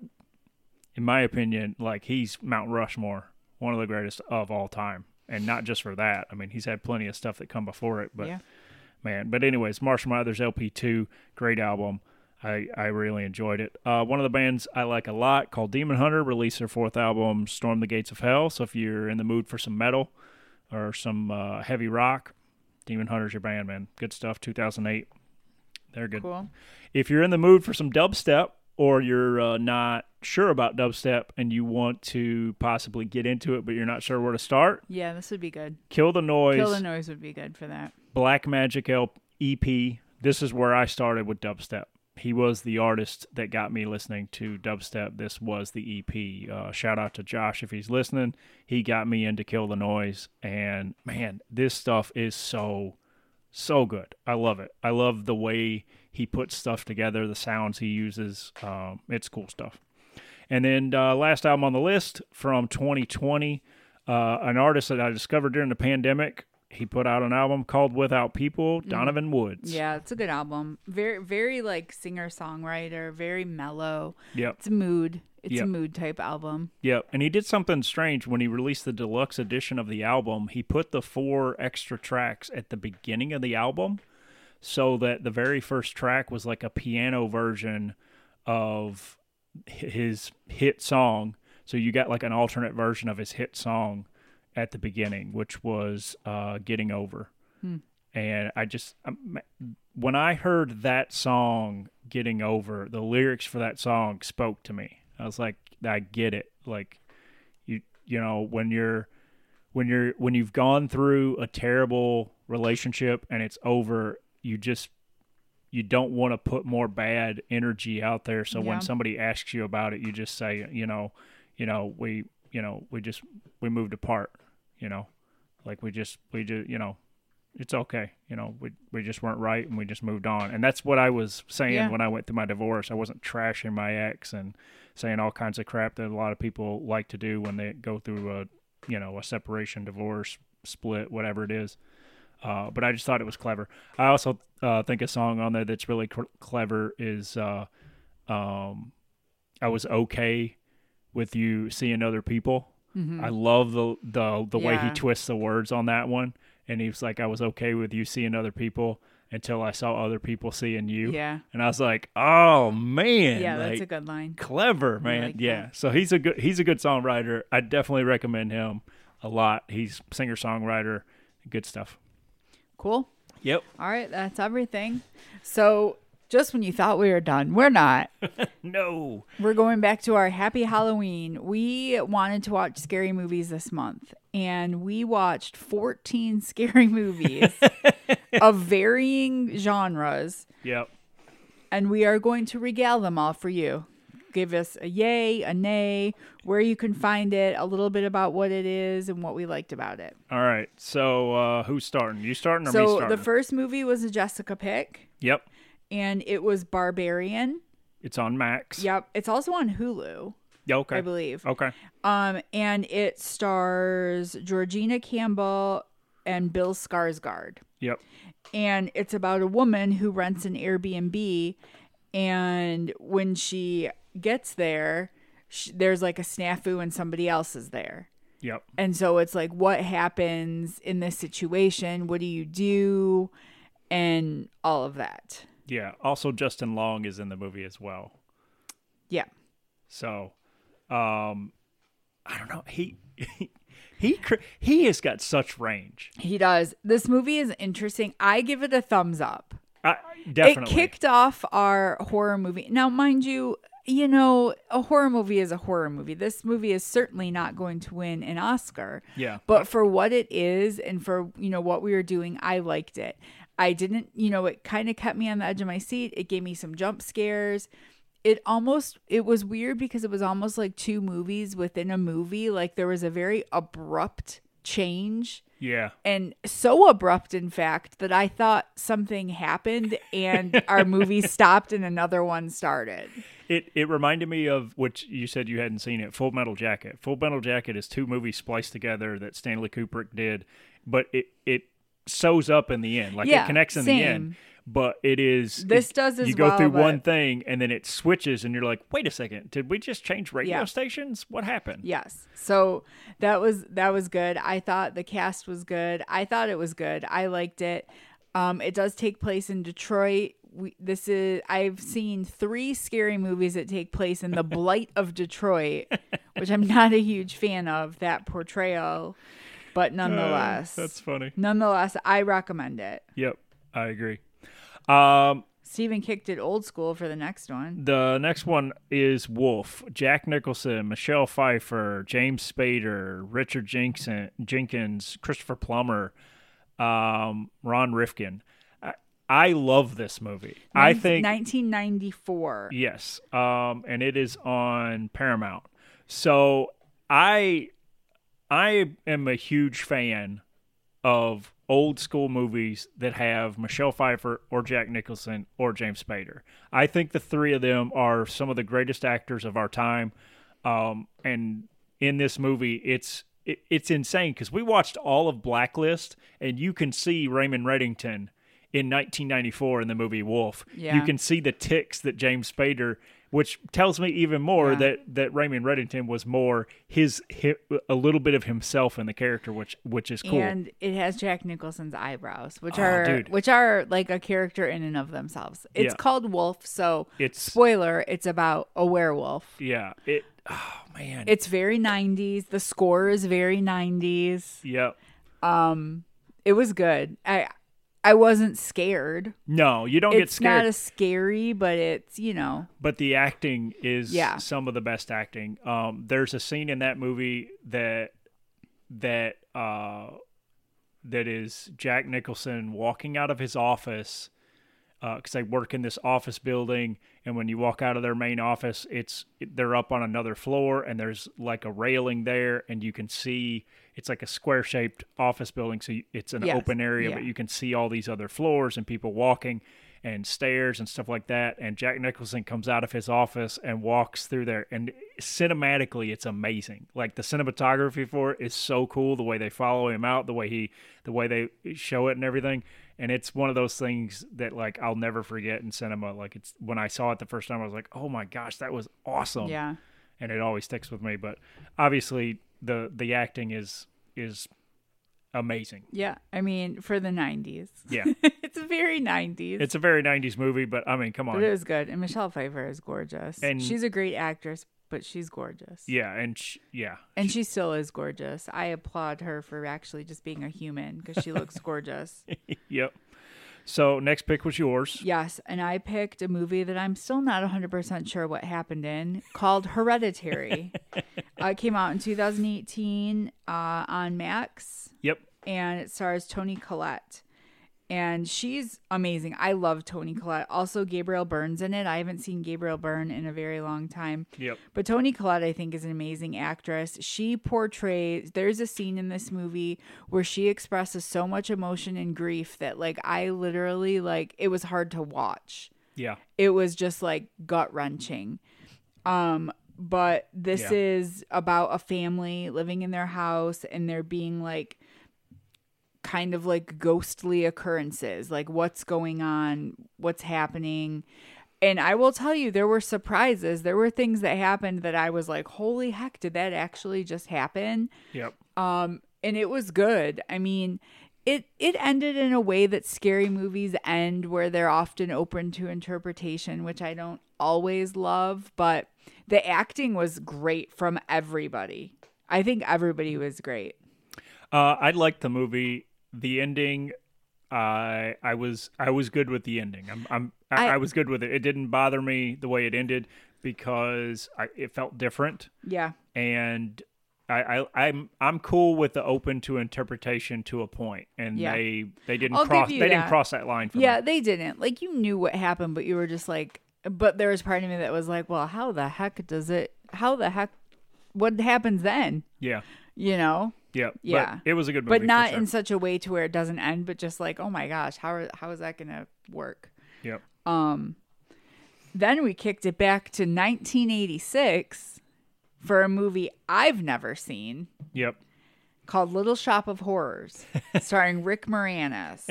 S2: in my opinion like he's Mount Rushmore, one of the greatest of all time. And not just for that. I mean, he's had plenty of stuff that come before it, but
S1: yeah.
S2: man. But anyways, Marshall Mathers LP two, great album. I, I really enjoyed it. Uh, one of the bands I like a lot called Demon Hunter released their fourth album, Storm the Gates of Hell. So if you're in the mood for some metal or some uh, heavy rock, Demon Hunter's your band, man. Good stuff. 2008, they're good.
S1: Cool.
S2: If you're in the mood for some dubstep or you're uh, not sure about dubstep and you want to possibly get into it but you're not sure where to start,
S1: Yeah, this would be good.
S2: Kill the Noise.
S1: Kill the noise would be good for that.
S2: Black Magic L- EP. This is where I started with dubstep. He was the artist that got me listening to dubstep. This was the EP. Uh, shout out to Josh if he's listening. He got me into Kill the Noise, and man, this stuff is so so good. I love it. I love the way he puts stuff together, the sounds he uses. Um, it's cool stuff. And then uh, last album on the list from 2020, uh, an artist that I discovered during the pandemic. He put out an album called Without People, Donovan Woods.
S1: Yeah, it's a good album. Very very like singer songwriter, very mellow.
S2: Yep.
S1: It's a mood. It's
S2: Yep.
S1: a mood type album.
S2: Yep. And he did something strange when he released the deluxe edition of the album. He put the four extra tracks at the beginning of the album so that the very first track was like a piano version of hi- his hit song. So you got like an alternate version of his hit song at the beginning, which was uh, Getting Over. And I just, I'm- when I heard that song, Getting Over, the lyrics for that song spoke to me. I was like, I get it. Like, you, you know, when you're, when you're, when you've gone through a terrible relationship and it's over, you just, you don't want to put more bad energy out there. So
S1: Yeah.
S2: when somebody asks you about it, you just say, you know, you know, we, you know, we just, we moved apart, you know, like we just, we just, you know, it's okay. You know, we we just weren't right and we just moved on. And that's what I was saying
S1: Yeah.
S2: when I went through my divorce. I wasn't trashing my ex and saying all kinds of crap that a lot of people like to do when they go through a you know, a separation, divorce, split, whatever it is. Uh, but I just thought it was clever. I also uh, think a song on there that's really cr- clever is uh, um, I was okay with you seeing other people. I love the the the way he
S1: Mm-hmm. Yeah.
S2: twists the words on that one. And he was like, I was okay with you seeing other people. until I saw other people seeing you.
S1: Yeah.
S2: And I was like, oh man,
S1: yeah, that's
S2: like,
S1: a good line.
S2: clever man.
S1: like
S2: yeah.
S1: that.
S2: So he's a good he's a good songwriter. I definitely recommend him a lot. He's singer songwriter, good stuff.
S1: Cool.
S2: Yep.
S1: All right, that's everything. So, just when you thought we were done, we're not.
S2: No.
S1: We're going back to our happy Halloween. We wanted to watch scary movies this month, and we watched 14 scary movies of varying genres,
S2: Yep.
S1: and we are going to regale them all for you. Give us a yay, a nay, where you can find it, a little bit about what it is, and what we liked about it.
S2: All right. So uh who's starting? You starting or me
S1: So,
S2: starting?
S1: the first movie was a Jessica pick,
S2: yep.
S1: and it was Barbarian.
S2: It's on Max.
S1: Yep. It's also on Hulu,
S2: Yeah, Okay.
S1: I believe.
S2: Okay.
S1: Um, and it stars Georgina Campbell and Bill Skarsgård.
S2: Yep.
S1: And it's about a woman who rents an Airbnb, and when she gets there, sh there's like a snafu, and somebody else is there.
S2: Yep.
S1: And so it's like, what happens in this situation? What do you do? And all of that.
S2: Yeah. Also Justin Long is in the movie as well.
S1: Yeah.
S2: So, um, I don't know. He he he, cr- he has got such range.
S1: He does. This movie is interesting. I give it a thumbs up.
S2: I, definitely.
S1: It kicked off our horror movie. Now, mind you, you know, a horror movie is a horror movie. This movie is certainly not going to win an Oscar.
S2: Yeah.
S1: But for what it is and for, you know, what we were doing, I liked it. I didn't, you know, it kind of kept me on the edge of my seat. It gave me some jump scares. It almost it was weird because it was almost like two movies within a movie. Like there was a very abrupt change
S2: yeah.
S1: and so abrupt in fact that i thought something happened and our movie stopped and another one started
S2: It it reminded me of which you said you hadn't seen it. Full Metal Jacket. Full Metal Jacket is two movies spliced together that Stanley Kubrick did, but it it sews up in the end. Like
S1: Yeah,
S2: it connects in the end.
S1: same.
S2: But it is
S1: This
S2: it-
S1: does as
S2: you go
S1: well,
S2: through
S1: but-
S2: one thing and then it switches and you're like, wait a second, did we just change radio
S1: Yeah.
S2: stations? What happened?
S1: yes so that was that was good i thought the cast was good i thought it was good i liked it um it does take place in detroit we, this is i've seen three scary movies that take place in the blight of detroit which i'm not a huge fan of that portrayal but nonetheless
S2: That's funny.
S1: nonetheless i recommend it
S2: Yep, I agree. Um,
S1: Steven kicked it old school for the next one.
S2: the next one is Wolf. Jack Nicholson, Michelle Pfeiffer, James Spader, Richard Jenkson, Jenkins, Christopher Plummer, um, Ron Rifkin. I, I love this movie. I think
S1: 1994.
S2: Yes. Um, and it is on Paramount. So I I am a huge fan of old school movies that have Michelle Pfeiffer or Jack Nicholson or James Spader. I think the three of them are some of the greatest actors of our time. Um, and in this movie, it's it, it's insane because we watched all of Blacklist, and you can see Raymond Reddington in 1994 in the movie Wolf. You
S1: Yeah.
S2: can see the ticks that James Spader, which tells me even more
S1: Yeah.
S2: that that Raymond Reddington was more his, hi a little bit of himself in the character, which which is cool.
S1: And it has Jack Nicholson's eyebrows, which
S2: Oh,
S1: are
S2: dude.
S1: which are like a character in and of themselves. It's
S2: Yeah.
S1: called Wolf, so
S2: it's
S1: spoiler, it's about a werewolf.
S2: yeah. It oh man.
S1: It's very 90s. The score is very 90s.
S2: yep.
S1: It was good. I I wasn't scared.
S2: No, you don't get
S1: It's
S2: scared.
S1: not as scary, but it's, you know,
S2: but the acting is
S1: Yeah.
S2: some of the best acting. Um, there's a scene in that movie that that uh, that is Jack Nicholson walking out of his office because they work in this office building, and when you walk out of their main office, it's they're up on another floor, and there's like a railing there, and you can see it's like a square shaped office building, so you- it's an
S1: Yes.
S2: open area,
S1: Yeah.
S2: but you can see all these other floors and people walking and stairs and stuff like that. And Jack Nicholson comes out of his office and walks through there, and cinematically, it's amazing. Like the cinematography for it is so cool. The way they follow him out, the way he, the way they show it and everything. And it's one of those things that like I'll never forget in cinema. Like it's when I saw it the first time, I was like, oh my gosh, that was awesome
S1: yeah.
S2: and it always sticks with me. But obviously, the the acting is is amazing.
S1: Yeah. I mean, for the 90s.
S2: Yeah,
S1: it's very 90s.
S2: It's a very 90s movie, but I mean, come
S1: but it
S2: on.
S1: was good. And Michelle Pfeiffer is gorgeous.
S2: And-
S1: she's a great actress, but she's gorgeous.
S2: Yeah, and sh- yeah.
S1: And she still is gorgeous. I applaud her for actually just being a human because she looks gorgeous.
S2: Yep. So next pick was yours.
S1: Yes. And I picked a movie that I'm still not 100% sure what happened in called Hereditary. uh, it came out in 2018 uh, on Max.
S2: Yep.
S1: and it stars Toni Collette. And she's amazing. I love Toni Collette. Also, Gabriel Byrne's in it. I haven't seen Gabriel Byrne in a very long time.
S2: Yep.
S1: But Toni Collette, I think, is an amazing actress. She portrays, there's a scene in this movie where she expresses so much emotion and grief that, like, I literally, like, it was hard to watch
S2: Yeah.
S1: it was just like gut wrenching. Um, but this
S2: Yeah.
S1: is about a family living in their house and there being like kind of like ghostly occurrences, like what's going on, what's happening. And I will tell you, there were surprises. There were things that happened that I was like, holy heck, did that actually just happen?
S2: Yep.
S1: um and it was good i mean it it ended in a way that scary movies end where they're often open to interpretation which i don't always love but the acting was great from everybody i think everybody was great
S2: Uh, I liked the movie. The ending, I I was I was good with the ending. I'm, I'm I,
S1: I-
S2: I was good with it. It didn't bother me the way it ended because I, it felt different,
S1: yeah
S2: and I, I I'm I'm cool with the open to interpretation to a point, and
S1: Yeah.
S2: they they didn't
S1: I'll give
S2: cross they
S1: you
S2: didn't
S1: that.
S2: cross that line. For
S1: yeah
S2: me.
S1: they didn't like you knew what happened but you were just like but there was part of me that was like well how the heck does it how the heck what happens then
S2: yeah,
S1: you know
S2: yeah, But
S1: Yeah.
S2: it was a good movie,
S1: but
S2: for
S1: not
S2: sure.
S1: in such a way to where it doesn't end but just like oh my gosh how are, how is that gonna work
S2: Yep.
S1: then we kicked it back to 1986 for a movie i've never seen
S2: Yep.
S1: called little shop of horrors starring rick moranis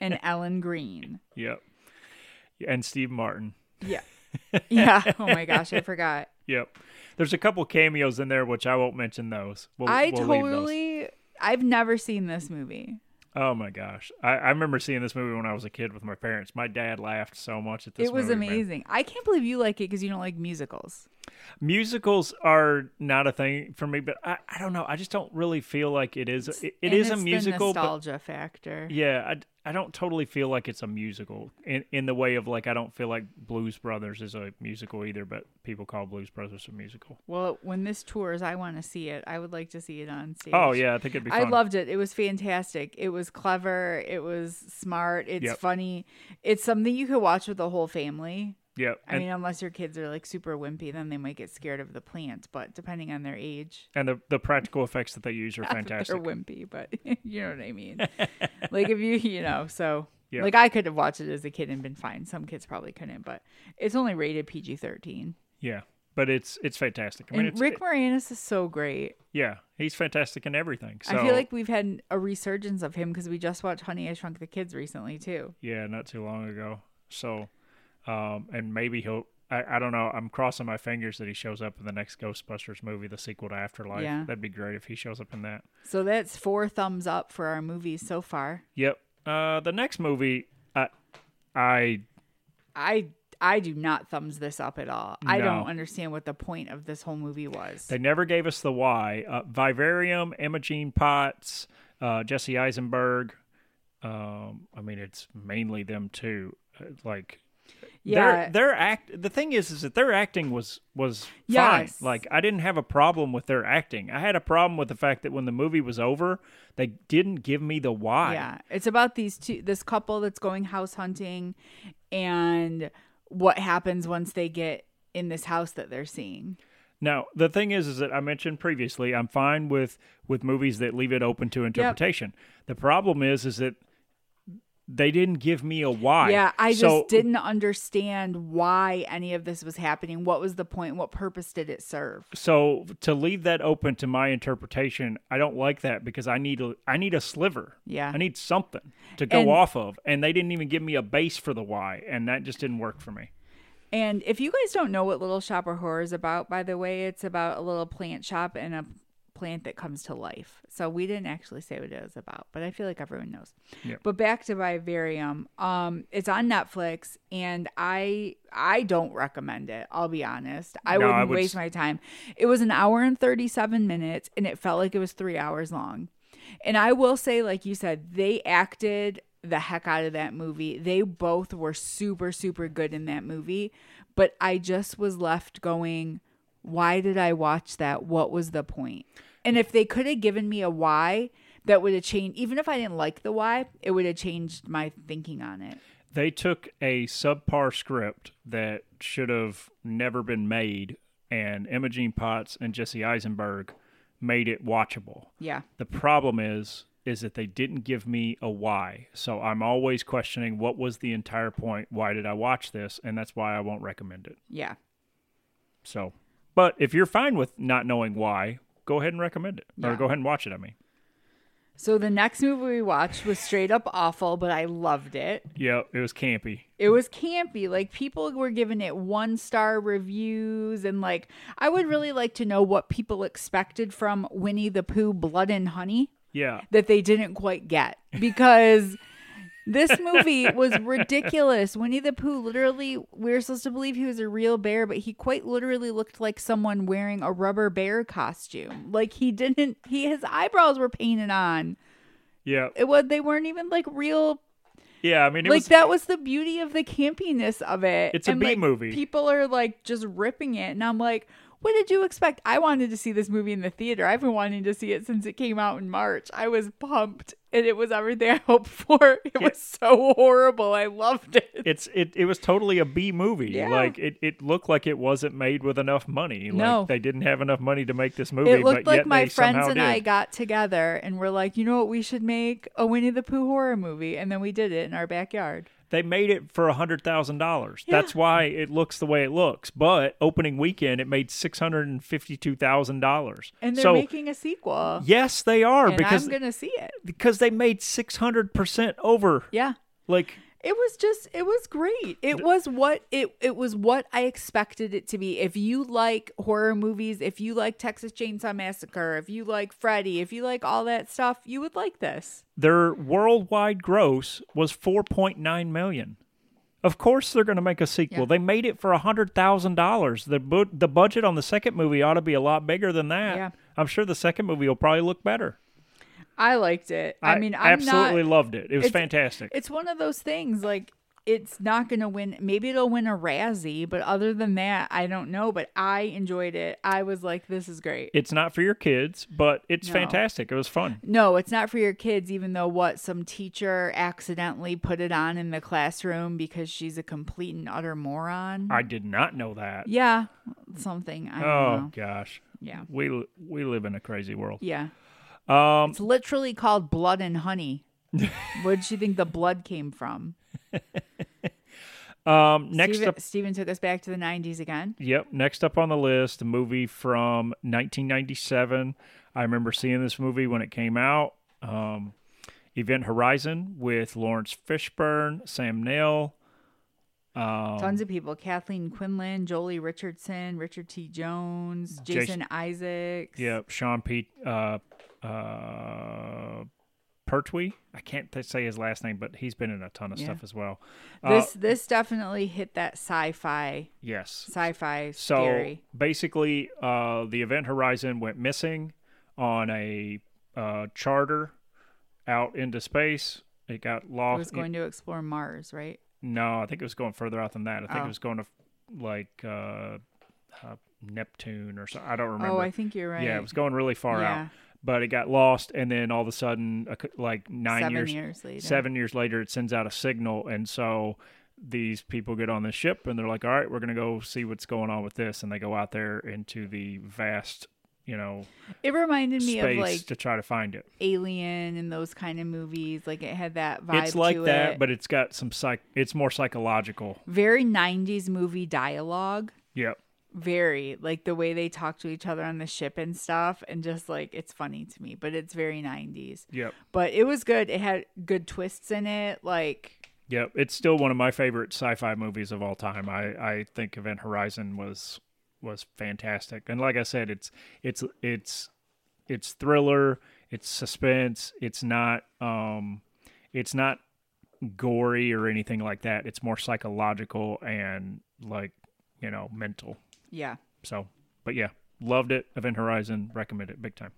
S1: and ellen green
S2: Yep. And Steve Martin.
S1: yeah yeah oh my gosh i forgot
S2: Yep. There's a couple cameos in there which I won't mention those. We'll,
S1: i
S2: we'll leave those.
S1: totally i've never seen this movie
S2: Oh my gosh. I, I remember seeing this movie when I was a kid with my parents. My dad laughed so much at this
S1: it was
S2: movie, man.
S1: amazing i can't believe you like it because you don't like musicals
S2: Musicals are not a thing for me, but I, I don't know. I just don't really feel like it is. It, it
S1: And
S2: is a
S1: it's the
S2: musical, but
S1: nostalgia factor
S2: yeah, I d- I, don't totally feel like it's a musical in, in the way of like, I don't feel like Blues Brothers is a musical either, but people call Blues Brothers a musical.
S1: Well, when this tours, I want to see it. I would like to see it on stage.
S2: Oh, yeah. I think it'd be
S1: I
S2: fun.
S1: loved it. It was fantastic. It was clever. It was smart. It's
S2: Yep.
S1: funny. It's something you could watch with the whole family.
S2: Yeah.
S1: I mean, unless your kids are like super wimpy, then they might get scared of the plant. But depending on their age,
S2: and the, the practical effects that they use are
S1: not that
S2: fantastic.
S1: they're wimpy. But you know what I mean. like if you, you know, so
S2: Yeah.
S1: like I could have watched it as a kid and been fine. Some kids probably couldn't, but it's only rated PG thirteen.
S2: Yeah, but it's it's fantastic. I mean,
S1: And
S2: it's,
S1: Rick Moranis is so great.
S2: yeah, he's fantastic in everything. So,
S1: I feel like we've had a resurgence of him because we just watched Honey I Shrunk the Kids recently too.
S2: yeah, not too long ago. So, um, and maybe he'll. I, I don't know. I'm crossing my fingers that he shows up in the next Ghostbusters movie, the sequel to Afterlife.
S1: Yeah.
S2: That'd be great if he shows up in that.
S1: So that's four thumbs up for our movies so far.
S2: Yep. Uh, the next movie, I, I
S1: I I do not thumbs this up at all. I
S2: No.
S1: don't understand what the point of this whole movie was.
S2: they never gave us the why. Uh, Vivarium, Imogene Potts, uh, Jesse Eisenberg. Um, I mean, it's mainly them too. Uh, Like
S1: yeah.
S2: their their act the thing is is that their acting was was
S1: Yes.
S2: fine like i didn't have a problem with their acting i had a problem with the fact that when the movie was over they didn't give me the why
S1: yeah. It's about these two this couple that's going house hunting and what happens once they get in this house that they're seeing.
S2: now the thing is is that i mentioned previously i'm fine with with movies that leave it open to interpretation the problem is is that they didn't give me a why
S1: Yeah, I just
S2: So-
S1: didn't understand why any of this was happening. What was the point? What purpose did it serve?
S2: so to leave that open to my interpretation i don't like that because i need a i need a sliver
S1: Yeah.
S2: i need something to go
S1: And-
S2: off of and they didn't even give me a base for the why and that just didn't work for me
S1: And if you guys don't know what Little Shop of Horror is about, by the way, it's about a little plant shop and a plant that comes to life. So we didn't actually say what it was about, but I feel like everyone knows.
S2: Yep.
S1: But back to Vivarium. Um it's on Netflix and I I don't recommend it. I'll be honest. I
S2: No, I
S1: wouldn't
S2: would
S1: waste
S2: s-
S1: my time. It was an hour and 37 minutes and it felt like it was 3 hours long. And I will say like you said they acted the heck out of that movie. They both were super super good in that movie, but I just was left going why did I watch that? What was the point? And if they could have given me a why, that would have changed. Even if I didn't like the why, it would have changed my thinking on it.
S2: They took a subpar script that should have never been made, and Imogene Potts and Jesse Eisenberg made it watchable.
S1: Yeah.
S2: The problem is is that they didn't give me a why. So I'm always questioning what was the entire point? Why did I watch this? And that's why I won't recommend it.
S1: Yeah.
S2: So, but if you're fine with not knowing why, go ahead and recommend it or
S1: Yeah.
S2: go ahead and watch it, I mean.
S1: So the next movie we watched was straight up awful, but I loved it.
S2: Yeah, it was campy.
S1: It was campy. Like people were giving it one star reviews and like I would really like to know what people expected from Winnie the Pooh Blood and Honey.
S2: Yeah.
S1: that they didn't quite get because this movie was ridiculous. Winnie the Pooh literally, we were supposed to believe he was a real bear, but he quite literally looked like someone wearing a rubber bear costume. Like he didn't, he his eyebrows were painted on.
S2: Yeah.
S1: It was they weren't even like real.
S2: Yeah, I mean it
S1: like
S2: was
S1: that was the beauty of the campiness of it.
S2: It's a
S1: And,
S2: B
S1: like,
S2: movie.
S1: People are like just ripping it, and I'm like. What did you expect? I wanted to see this movie in the theater. I've been wanting to see it since it came out in March. I was pumped, and it was everything I hoped for. It was so horrible. I loved it.
S2: it's it, it was totally a B movie.
S1: Yeah.
S2: Like it, it looked like it wasn't made with enough money. Like
S1: No.
S2: they didn't have enough money to make this movie.
S1: It looked
S2: but
S1: like
S2: yet
S1: my
S2: they somehow
S1: friends and I
S2: did.
S1: got together and were like, you know what? We should make a Winnie the Pooh horror movie, and then we did it in our backyard.
S2: They made it for a hundred thousand dollars. That's why it looks the way it looks. But opening weekend, it made six hundred and fifty-two thousand dollars.
S1: And they're
S2: so
S1: making a sequel,
S2: yes, they are
S1: and
S2: because
S1: I'm gonna see it.
S2: because they made six hundred percent over.
S1: Yeah.
S2: Like
S1: It was just it was great. It was what it it was what I expected it to be. If you like horror movies, if you like Texas Chainsaw Massacre, if you like Freddy, if you like all that stuff, you would like this.
S2: their worldwide gross was four point nine million. Of course, they're going to make a sequel.
S1: Yeah.
S2: They made it for a hundred thousand dollars. The bu- the budget on the second movie ought to be a lot bigger than that.
S1: Yeah.
S2: I'm sure the second movie will probably look better.
S1: I liked it. I, mean, I'm
S2: absolutely
S1: not
S2: loved it. It was
S1: it's-
S2: fantastic.
S1: It's one of those things like it's not going to win. Maybe it'll win a Razzie, but other than that, I don't know, but I enjoyed it. I was like this is great.
S2: It's not for your kids, but it's
S1: No.
S2: fantastic. It was fun.
S1: No, it's not for your kids, even though what some teacher accidentally put it on in the classroom because she's a complete and utter moron.
S2: I did not know that.
S1: yeah, something. I don't
S2: Oh
S1: know.
S2: gosh.
S1: Yeah.
S2: We li- we live in a crazy world.
S1: Yeah.
S2: Um
S1: It's literally called blood and honey. Where'd you think the blood came from?
S2: um next
S1: Steven,
S2: up
S1: Steven took us back to the 90s again.
S2: Yep, next up on the list, a movie from 1997. I remember seeing this movie when it came out. Um Event Horizon with Lawrence Fishburne, Sam Neill. Oh.
S1: Tons of people Kathleen Quinlan, Jolie Richardson, Richard T. Jones, Jason, Isaacs.
S2: Yep, Sean Pete uh uh Pertwee. I can't t- say his last name, but he's been in a ton of
S1: Yeah.
S2: stuff as well. Uh,
S1: This, this definitely hit that sci fi,
S2: yes.
S1: sci fi
S2: So
S1: scary.
S2: basically, uh, the Event Horizon went missing on a uh, charter out into space. It got
S1: It
S2: lost.
S1: was going to explore Mars, right?
S2: no, I think it was going further out than that. I think
S1: Oh.
S2: it was going to like uh, uh, Neptune or something. I don't remember.
S1: Oh, I think you're right.
S2: Yeah, it was going really far
S1: Yeah.
S2: out, but it got lost, and then all of a sudden, a cou- like nine
S1: seven
S2: years,
S1: years, later.
S2: seven years later it sends out a signal and so these people get on the ship and they're like all right we're going to go see what's going on with this and they go out there into the vast you know
S1: It reminded me
S2: space
S1: of like
S2: to try to find it
S1: Alien and those kind of movies. Like it had that vibe.
S2: it's like
S1: to
S2: that
S1: it.
S2: but it's got some psych it's more psychological
S1: very '90s movie dialogue.
S2: yep
S1: Very like the way they talk to each other on the ship and stuff, and just like it's funny to me, but it's very '90s.
S2: yep
S1: But it was good. It had good twists in it. Like
S2: yep it's still one of my favorite sci-fi movies of all time i i think event horizon was was fantastic and like i said it's it's it's it's thriller, it's suspense, it's not um it's not gory or anything like that. It's more psychological and like, you know, mental.
S1: Yeah.
S2: So, but yeah, loved it. Event Horizon, recommend it big time.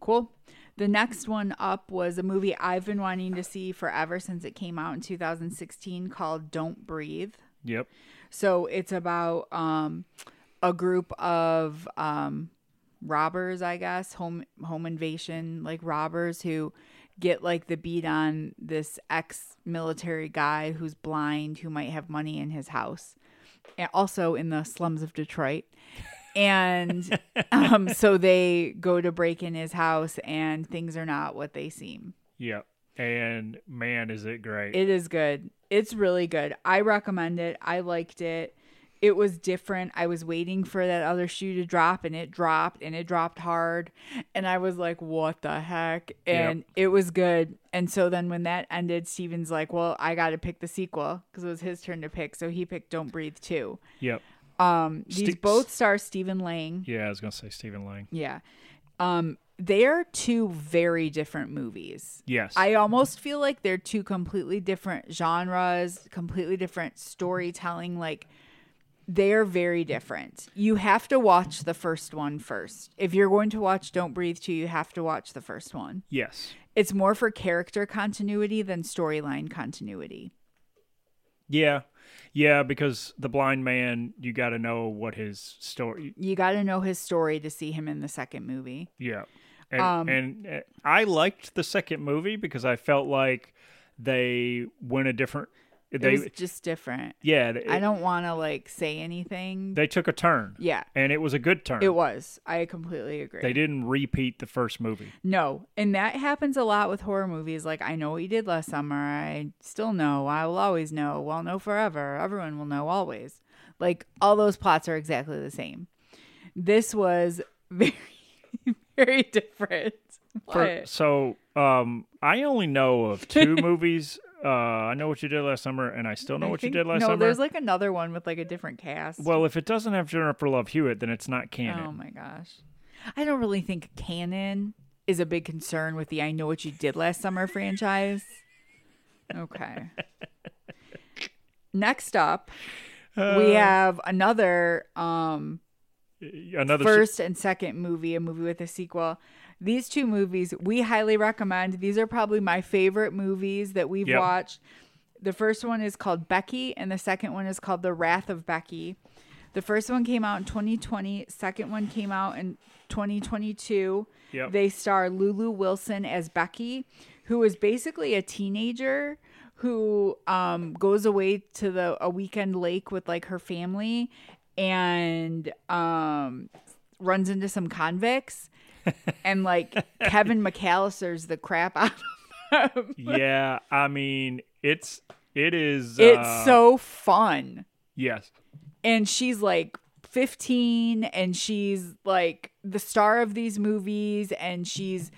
S1: Cool. The next one up was a movie I've been wanting to see forever since it came out in 2016 called Don't Breathe.
S2: Yep.
S1: So it's about um, a group of um, robbers, I guess, home home invasion like robbers who get like the beat on this ex military guy who's blind who might have money in his house, and also in the slums of Detroit. And um, so they go to break in his house, and things are not what they seem.
S2: Yep. And man, is it great.
S1: It is good. It's really good. I recommend it. I liked it. It was different. I was waiting for that other shoe to drop and it dropped and it dropped hard. And I was like, what the heck? And it was good. And so then when that ended, Steven's like, well, I got to pick the sequel because it was his turn to pick. So he picked Don't Breathe too.
S2: yep.
S1: Um, these
S2: Ste-
S1: both star Stephen Lang.
S2: Yeah, I was going to say Stephen Lang.
S1: Yeah. Um, they are two very different movies.
S2: Yes.
S1: I almost feel like they're two completely different genres, completely different storytelling. Like they're very different. You have to watch the first one first. If you're going to watch Don't Breathe 2, you have to watch the first one.
S2: yes.
S1: It's more for character continuity than storyline continuity.
S2: Yeah. Yeah, because the blind man, you got to know what his story.
S1: You got to know his story to see him in the second movie.
S2: Yeah. And,
S1: Um,
S2: and uh, I liked the second movie because I felt like they went a different.
S1: It
S2: They
S1: was just different.
S2: yeah.
S1: I
S2: They,
S1: don't want to like say anything.
S2: they took a turn.
S1: yeah,
S2: and it was a good turn.
S1: it was. I completely agree.
S2: They didn't repeat the first movie.
S1: No, and that happens a lot with horror movies. Like I know what you did last summer. I still know. I will always know. Well, will know forever. Everyone will know always. Like all those plots are exactly the same. This was very, very different.
S2: For-
S1: What?
S2: so um, I only know of two movies. Uh, I know what you did last summer, and I still know
S1: I
S2: what
S1: think-
S2: you did last
S1: no,
S2: summer.
S1: there's like another one with like a different cast.
S2: well, if it doesn't have Jennifer Love Hewitt, then it's not canon.
S1: oh my gosh, I don't really think canon is a big concern with the "I Know What You Did Last Summer" franchise. Okay. Next up,
S2: Uh,
S1: we have another um
S2: Another s-
S1: first and second movie a movie with a sequel these two movies we highly recommend these are probably my favorite movies that we've
S2: Yep.
S1: watched the first one is called becky and the second one is called the wrath of becky the first one came out in 2020 second one came out in 2022
S2: Yep.
S1: they star lulu wilson as becky who is basically a teenager who um, goes away to the a weekend lake with like her family and um, runs into some convicts and like Kevin McAllister's the crap out of them.
S2: yeah, I mean, it's it is. uh,
S1: It's so fun.
S2: yes,
S1: And she's like 15 and she's like the star of these movies and she's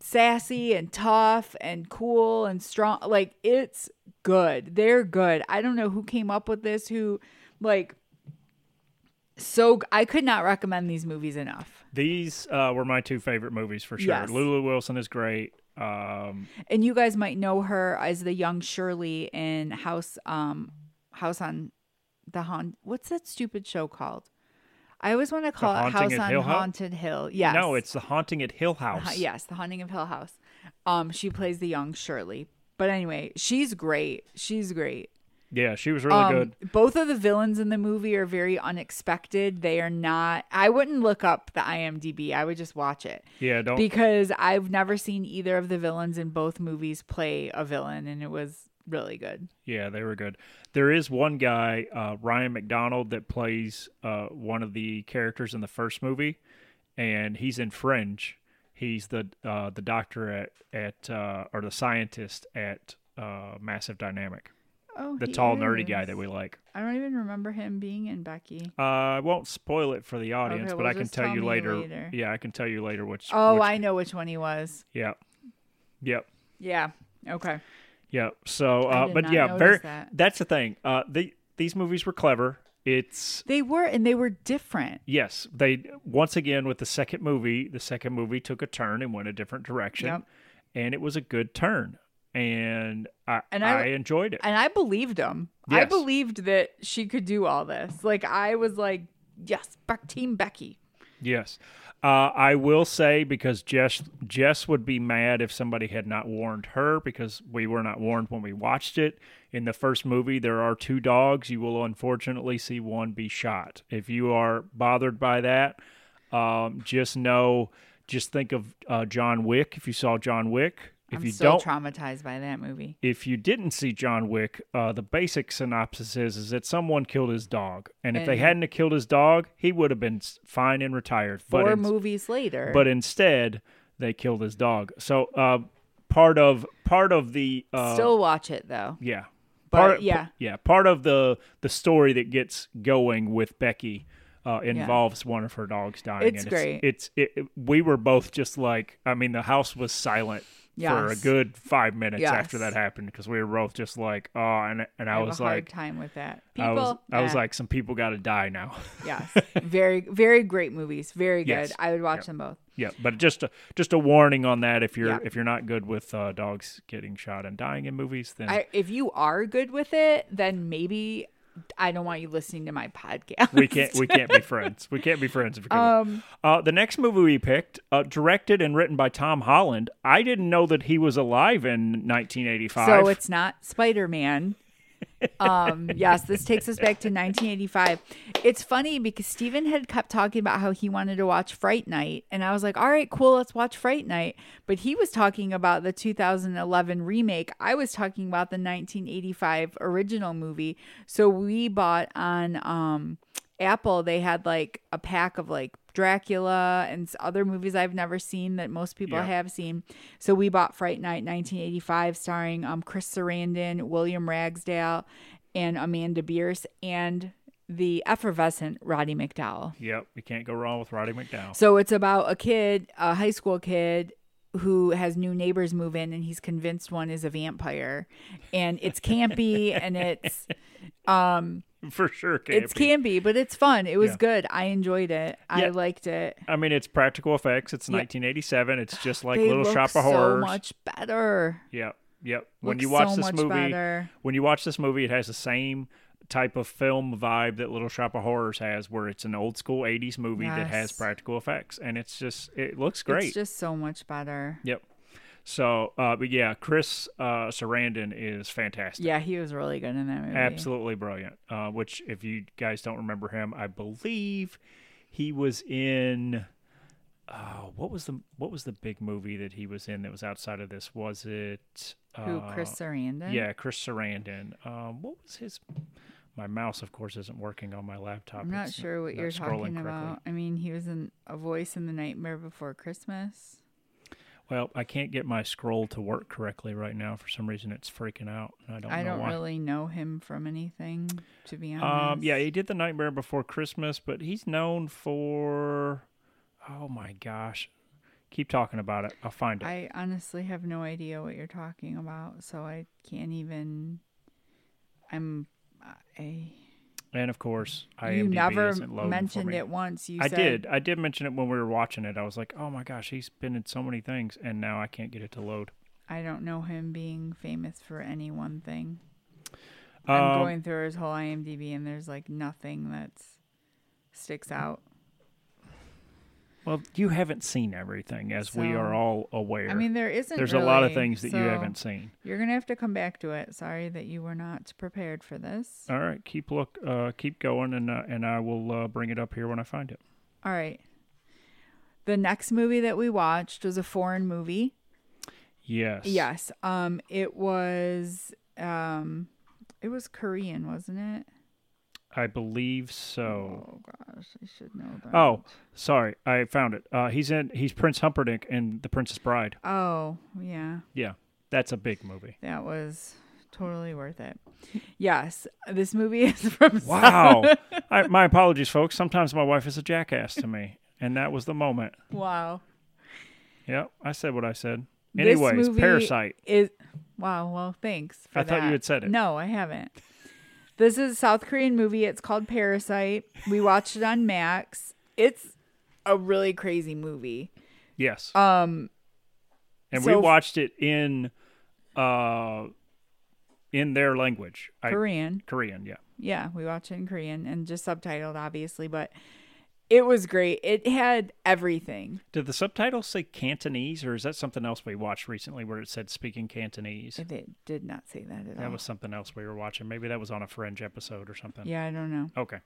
S1: sassy and tough and cool and strong. Like it's good. They're good. I don't know who came up with this who like so g- I could not recommend these movies enough.
S2: these uh, were my two favorite movies for sure.
S1: Yes.
S2: Lulu Wilson is great. Um,
S1: and you guys might know her as the young Shirley in House um House on the Haunt. What's that stupid show called? I always want to call it
S2: Haunting
S1: House
S2: at
S1: on
S2: Hill House?
S1: Haunted Hill. Yes. Uh-huh,
S2: No, it's the haunting at Hill House.
S1: Ha- yes, The Haunting of Hill House. Um, she plays the young Shirley. But anyway, she's great. She's great.
S2: Yeah, she was really
S1: Um,
S2: good.
S1: Both of the villains in the movie are very unexpected. They are not. I wouldn't look up the IMDb. I would just watch it
S2: Yeah, don't.
S1: because I've never seen either of the villains in both movies play a villain, and it was really good.
S2: yeah, they were good. There is one guy, uh, Ryan McDonald, that plays uh, one of the characters in the first movie, and he's in Fringe. He's the uh, the doctor at at uh, or the scientist at uh, Massive Dynamic,
S1: Oh,
S2: the tall nerdy guy that we like.
S1: I don't even remember him being in Becky.
S2: Uh, I won't spoil it for the audience,
S1: Okay,
S2: but
S1: well,
S2: I can
S1: just
S2: tell,
S1: tell
S2: you
S1: me
S2: later.
S1: later.
S2: Yeah, I can tell you later which.
S1: Oh,
S2: which-
S1: I know which one he was.
S2: Yeah, yep.
S1: Yeah. Okay.
S2: Yeah. So,
S1: I
S2: uh,
S1: did
S2: but
S1: not
S2: yeah,
S1: notice
S2: very.
S1: that.
S2: That's the thing. Uh, the these movies were clever. It's
S1: They were, and they were different.
S2: yes, they once again with the second movie, the second movie took a turn and went a different direction,
S1: Yep.
S2: and it was a good turn, and I
S1: And
S2: I,
S1: I-
S2: enjoyed it.
S1: And I believed him. I
S2: Yes.
S1: believed that she could do all this. Like I was like, yes, back team Becky.
S2: yes, uh, I will say because Jess Jess would be mad if somebody had not warned her because we were not warned when we watched it. In the first movie, there are two dogs. You will unfortunately see one be shot. If you are bothered by that, um, just know. Just think of uh, John Wick. If you saw John Wick, if
S1: I'm
S2: you
S1: still
S2: don't
S1: traumatized by that movie.
S2: if you didn't see John Wick, uh, the basic synopsis is is that someone killed his dog, and if they
S1: And-
S2: hadn't have killed his dog, he would have been s- fine and retired.
S1: Four
S2: but in-
S1: movies later.
S2: but instead, they killed his dog. So uh, part of part of the uh,
S1: still watch it though.
S2: yeah,
S1: But,
S2: part,
S1: yeah.
S2: p- yeah, part of the the story that gets going with Becky. Uh, involves one of her dogs dying.
S1: It's
S2: and
S1: great.
S2: It's, it, it- we were both just like, I mean, the house was silent for a
S1: Yes.
S2: good five minutes after
S1: Yes.
S2: that happened because we were both just like, oh, and and I,
S1: I, have
S2: was
S1: a hard
S2: like,
S1: time with that. People,
S2: I was, I was
S1: nah.
S2: like, some people got to die now.
S1: yes, very, very great movies, very good.
S2: Yes.
S1: I would watch them both.
S2: yeah, but just a, just a warning on that if you're
S1: Yeah.
S2: if you're not good with uh, dogs getting shot and dying in movies, then
S1: I, if you are good with it, then maybe I don't want you listening to my podcast.
S2: we can't we can't be friends. We can't be friends if you're gonna-
S1: Um,
S2: uh, the next movie we picked, uh, directed and written by Tom Holland. I didn't know that he was alive in 1985.
S1: So it's not Spider Man. um, yes, this takes us back to 1985. It's funny because Steven had kept talking about how he wanted to watch Fright Night. And I was like, all right, cool, let's watch Fright Night. But he was talking about the 2011 remake. I was talking about the 1985 original movie. So we bought on um, Apple, they had like a pack of like Dracula and s- other movies I've never seen that most people
S2: Yeah.
S1: have seen. So we bought Fright Night 1985, starring um, Chris Sarandon, William Ragsdale, and Amanda Bierce, and the effervescent Roddy McDowell.
S2: yep, you can't go wrong with Roddy McDowell.
S1: So it's about a kid, a high school kid who has new neighbors move in and he's convinced one is a vampire and it's campy and it's
S2: For sure, can't
S1: it's
S2: be.
S1: campy but it's fun it was
S2: Yeah.
S1: good i enjoyed it i
S2: Yeah.
S1: liked it
S2: I mean, it's practical effects. It's 1987. It's just like
S1: they
S2: Little
S1: look
S2: Shop
S1: so
S2: of Horrors.
S1: much better.
S2: Yep, yep. When
S1: Look
S2: you watch
S1: so
S2: this
S1: much
S2: movie,
S1: better.
S2: when you watch this movie, it has the same type of film vibe that Little Shop of Horrors has, where it's an old school 80s movie that has
S1: Yes.
S2: practical effects, and it's just it looks great.
S1: It's just so much better.
S2: Yep. So, uh, but yeah, Chris uh, Sarandon is fantastic.
S1: Yeah, he was really good in that movie.
S2: Absolutely brilliant. Uh, which, if you guys don't remember him, I believe he was in. Uh, what was the what was the big movie that he was in that was outside of this? Was it uh,
S1: Who Chris Sarandon?
S2: Yeah, Chris Sarandon. Um, what was his? My mouse, of course, isn't working on my laptop.
S1: I'm not
S2: It's
S1: sure what
S2: not
S1: you're
S2: scrolling
S1: talking
S2: correctly.
S1: about. I mean, he was in A Voice in the Nightmare Before Christmas.
S2: Well, I can't get my scroll to work correctly right now. For some reason, it's freaking out. and I don't.
S1: I
S2: know
S1: don't
S2: why.
S1: really know him from anything, to be honest.
S2: Um, yeah, he did the Nightmare Before Christmas, but he's known for. Oh my gosh, keep talking about it. I'll find it.
S1: I honestly have no idea what you're talking about, so I can't even. I'm. I,
S2: and of course, I
S1: you never mentioned it
S2: it.
S1: once. You
S2: I
S1: said,
S2: did. I did mention it when we were watching it. I was like, "Oh my gosh, he's been in so many things," and now I can't get it to load.
S1: I don't know him being famous for any one thing.
S2: Um,
S1: I'm going through his whole IMDb and there's like nothing that sticks out.
S2: Well, you haven't seen everything, as we
S1: So-
S2: are all aware.
S1: I mean, there isn't.
S2: there's a lot of
S1: really,
S2: things that you
S1: so
S2: haven't seen.
S1: You're gonna have to come back to it. Sorry that you were not prepared for this.
S2: All right, keep look, uh, keep going, and uh, and I will uh, bring it up here when I find it.
S1: All right. The next movie that we watched was a foreign movie.
S2: Yes.
S1: Yes. Um. It was. Um. It was Korean, wasn't it?
S2: I believe
S1: Oh
S2: so.
S1: gosh, I should know that.
S2: Oh, sorry, I found it. Uh, he's in. He's Prince Humperdinck in The Princess Bride.
S1: Oh yeah.
S2: Yeah, that's a big movie.
S1: That was totally worth it. Yes, this movie is from
S2: Wow. I, my apologies, folks. Sometimes my wife is a jackass to me, and that was the moment.
S1: Wow.
S2: Yep, I said what I said.
S1: This
S2: Anyways,
S1: movie
S2: Parasite.
S1: Is wow. Well, thanks. For
S2: I thought you
S1: that.
S2: had said it.
S1: No, I haven't. This is a South Korean movie. It's called Parasite. We watched it on Max. It's a really crazy movie.
S2: Yes.
S1: Um,
S2: and we
S1: so-
S2: watched it in uh in their language. I-
S1: Korean.
S2: Korean, yeah.
S1: Yeah, we watched it in Korean and just subtitled, obviously, but it was great. It had everything.
S2: Did the subtitles say Cantonese or is that something else we watched recently where it said speaking Cantonese?
S1: It did not say that at all.
S2: That was something else we were watching. Maybe that was on a fringe episode or something.
S1: yeah, I don't know.
S2: Okay.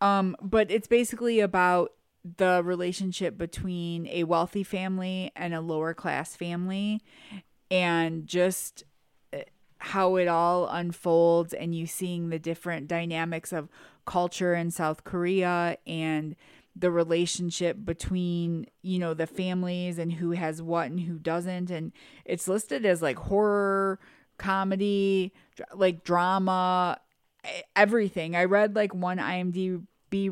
S1: Um, but it's basically about the relationship between a wealthy family and a lower class family and just uh, how it all unfolds and you seeing the different dynamics of culture in South Korea and the relationship between you know the families and who has what and who doesn't and it's listed as like horror comedy dr- like drama e- everything i read like one imdb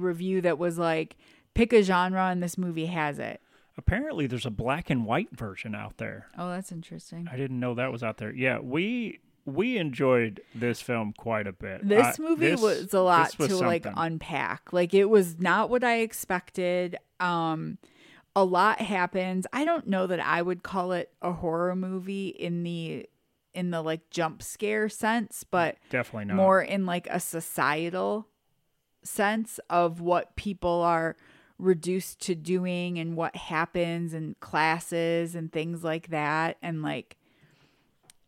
S1: review that was like pick a genre and this movie has it
S2: Apparently there's a black and white version out there.
S1: oh that's interesting
S2: I didn't know that was out there. Yeah, we we enjoyed this film quite a bit.
S1: this
S2: I-
S1: movie
S2: Uh, this-
S1: was a lot
S2: this was
S1: to like
S2: something.
S1: unpack like it was not what i expected um a lot happens i don't know that i would call it a horror movie in the in the like jump scare sense but
S2: definitely not.
S1: more in like a societal sense of what people are reduced to doing and what happens and classes and things like that and like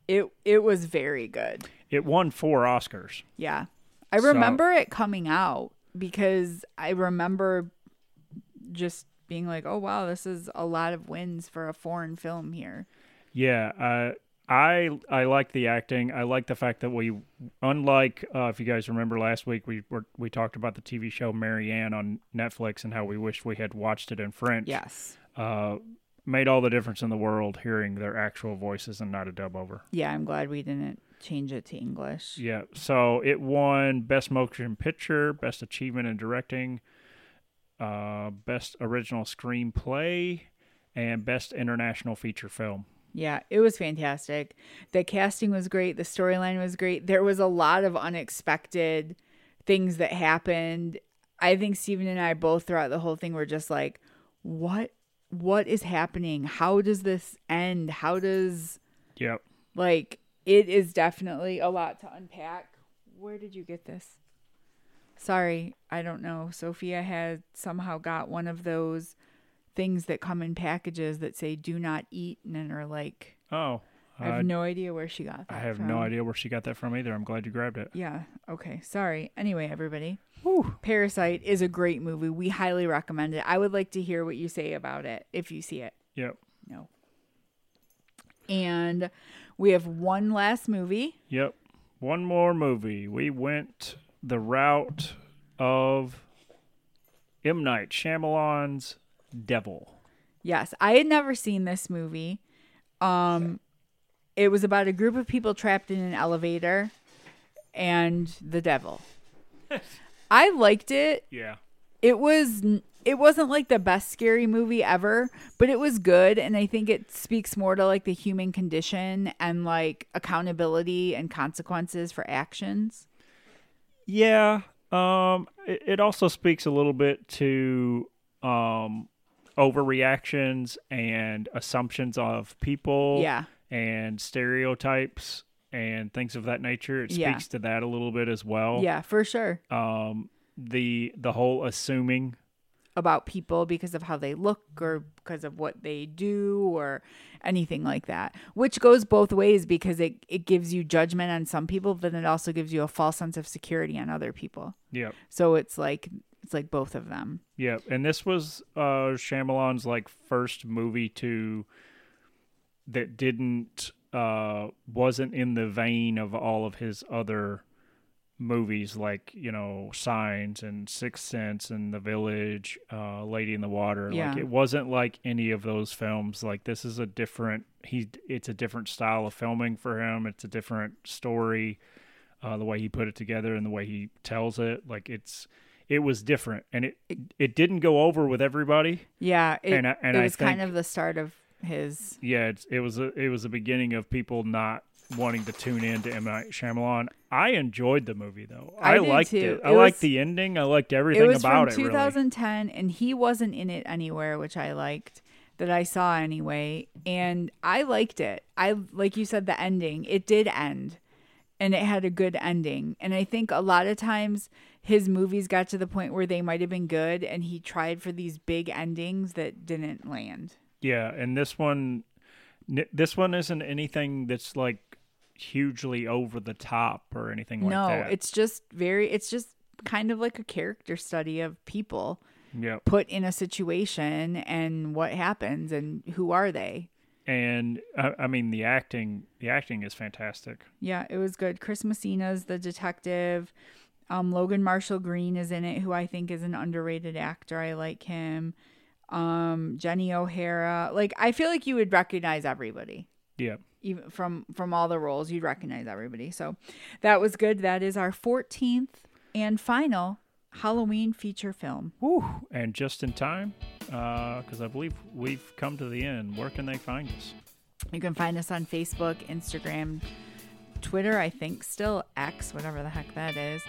S1: it it was very good
S2: It won four Oscars.
S1: yeah. I
S2: So-
S1: remember it coming out because I remember just being like, oh, wow, this is a lot of wins for a foreign film here.
S2: Yeah, uh, I I like the acting. I like the fact that we, unlike uh, if you guys remember last week, we were, we talked about the TV show Marianne on Netflix and how we wished we had watched it in French.
S1: Yes.
S2: uh, made all the difference in the world hearing their actual voices and not a dub over.
S1: Yeah, I'm glad we didn't change it to English.
S2: Yeah, so it won Best Motion Picture, Best Achievement in Directing, uh, Best Original Screenplay, and Best International Feature Film.
S1: Yeah, it was fantastic. The casting was great. The storyline was great. There was a lot of unexpected things that happened. I think Steven and I both throughout the whole thing were just like, what? What is happening? How does this end? How does
S2: Yep.
S1: like it is definitely a lot to unpack where did you get this sorry i don't know sophia had somehow got one of those things that come in packages that say do not eat and then are like
S2: Oh,
S1: i
S2: I-
S1: have no idea where she got that
S2: I have
S1: from.
S2: no idea where she got that from either. I'm glad you grabbed it.
S1: yeah okay sorry anyway everybody parasite is a great movie we highly recommend it i would like to hear what you say about it if you see it
S2: Yep.
S1: no and we have one last movie
S2: Yep. One more movie. We went the route of M. Night Shyamalan's Devil.
S1: Yes, I had never seen this movie. Um it was about a group of people trapped in an elevator and the devil. I liked it.
S2: Yeah.
S1: It was n- it wasn't like the best scary movie ever, but it was good and I think it speaks more to like the human condition and like accountability and consequences for actions.
S2: Yeah. Um it, it also speaks a little bit to um overreactions and assumptions of people
S1: Yeah.
S2: and stereotypes and things of that nature. It speaks
S1: Yeah.
S2: to that a little bit as well.
S1: Yeah, for sure.
S2: Um the the whole assuming
S1: About people because of how they look or because of what they do or anything like that, which goes both ways because it, it gives you judgment on some people, but then it also gives you a false sense of security on other people.
S2: Yep.
S1: So it's like it's like both of them.
S2: Yep. And this was uh Shyamalan's like first movie to that didn't uh wasn't in the vein of all of his other movies like, you know, Signs and Sixth Sense and The Village, uh Lady in the Water.
S1: Yeah.
S2: Like it wasn't like any of those films. Like this is a different he it's a different style of filming for him. It's a different story uh, the way he put it together and the way he tells it. Like it's it was different, and it it didn't go over with everybody.
S1: Yeah, it,
S2: And I- and
S1: it
S2: I
S1: was kind
S2: think-
S1: of the start of his.
S2: Yeah, it's, it was a it was the beginning of people not wanting to tune in to M Night Shyamalan. I enjoyed the movie though.
S1: I
S2: I,
S1: did,
S2: liked
S1: too.
S2: it. I
S1: It
S2: liked
S1: was-
S2: the ending. I liked
S1: It
S2: everything
S1: was
S2: about
S1: from
S2: it. Really,
S1: 2010, and he wasn't in it anywhere, which I liked that I saw anyway, and I liked it. I like you said the ending. It did end, and it had a good ending. And I think a lot of times his movies got to the point where they might have been good, and he tried for these big endings that didn't land.
S2: yeah. And this one, n- this one isn't anything that's like hugely over the top or anything like
S1: no,
S2: that.
S1: it's just very. It's just kind of like a character study of people
S2: yeah.
S1: put in a situation and what happens and who are they
S2: And I, I mean the acting, the acting is fantastic.
S1: Yeah, it was good. Chris Messina's the detective. Um, Logan Marshall Green is in it, who I think is an underrated actor. I like him. Um, Jenny O'Hara. Like, I feel like you would recognize everybody.
S2: Yeah.
S1: Even from from all the roles, you'd recognize everybody. So that was good. That is our 14th and final Halloween feature film.
S2: Woo. And just in time, because I believe we've come to the end. Where can they find us?
S1: You can find us on Facebook, Instagram, Twitter, I think still X, whatever the heck that is.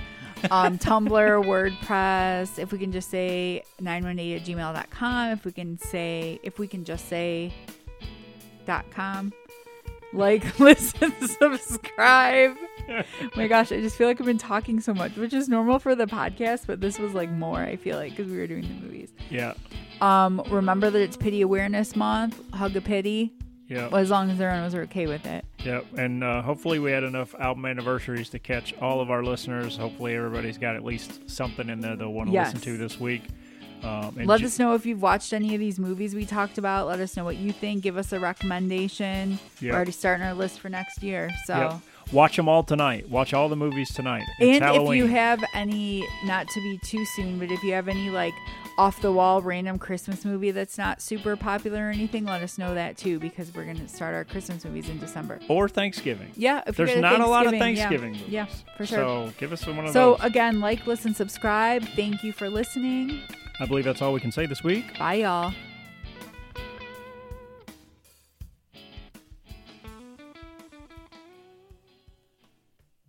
S1: Um, Tumblr, WordPress. If we can just say 918 at gmail.com. If we can say, if we can just say dot com. Like, listen, subscribe. My gosh, I just feel like I've been talking so much, which is normal for the podcast, but this was like more, I feel like, because we were doing the movies.
S2: Yeah.
S1: Um, remember that it's Pity Awareness Month. Hug a pity.
S2: Yeah.
S1: Well, as long as everyone was okay with it.
S2: Yep, and uh, hopefully we had enough album anniversaries to catch all of our listeners. Hopefully everybody's got at least something in there they'll want to
S1: Yes.
S2: listen to this week. Um, and
S1: Let
S2: ju-
S1: us know if you've watched any of these movies we talked about. Let us know what you think. Give us a recommendation.
S2: Yeah.
S1: We're already starting our list for next year. So,
S2: yep. watch them all tonight. Watch all the movies tonight. It's
S1: and if
S2: Halloween.
S1: you have any, not to be too soon, but if you have any like off the wall random Christmas movie that's not super popular or anything, let us know that too because we're going to start our Christmas movies in December.
S2: or Thanksgiving.
S1: Yeah, if you
S2: There's
S1: got
S2: not a lot of
S1: yeah.
S2: Thanksgiving movies.
S1: Yeah, for sure.
S2: So give us one of
S1: so uh,
S2: those.
S1: again, like, listen, subscribe. Thank you for listening.
S2: I believe that's all we can say this week.
S1: Bye, y'all.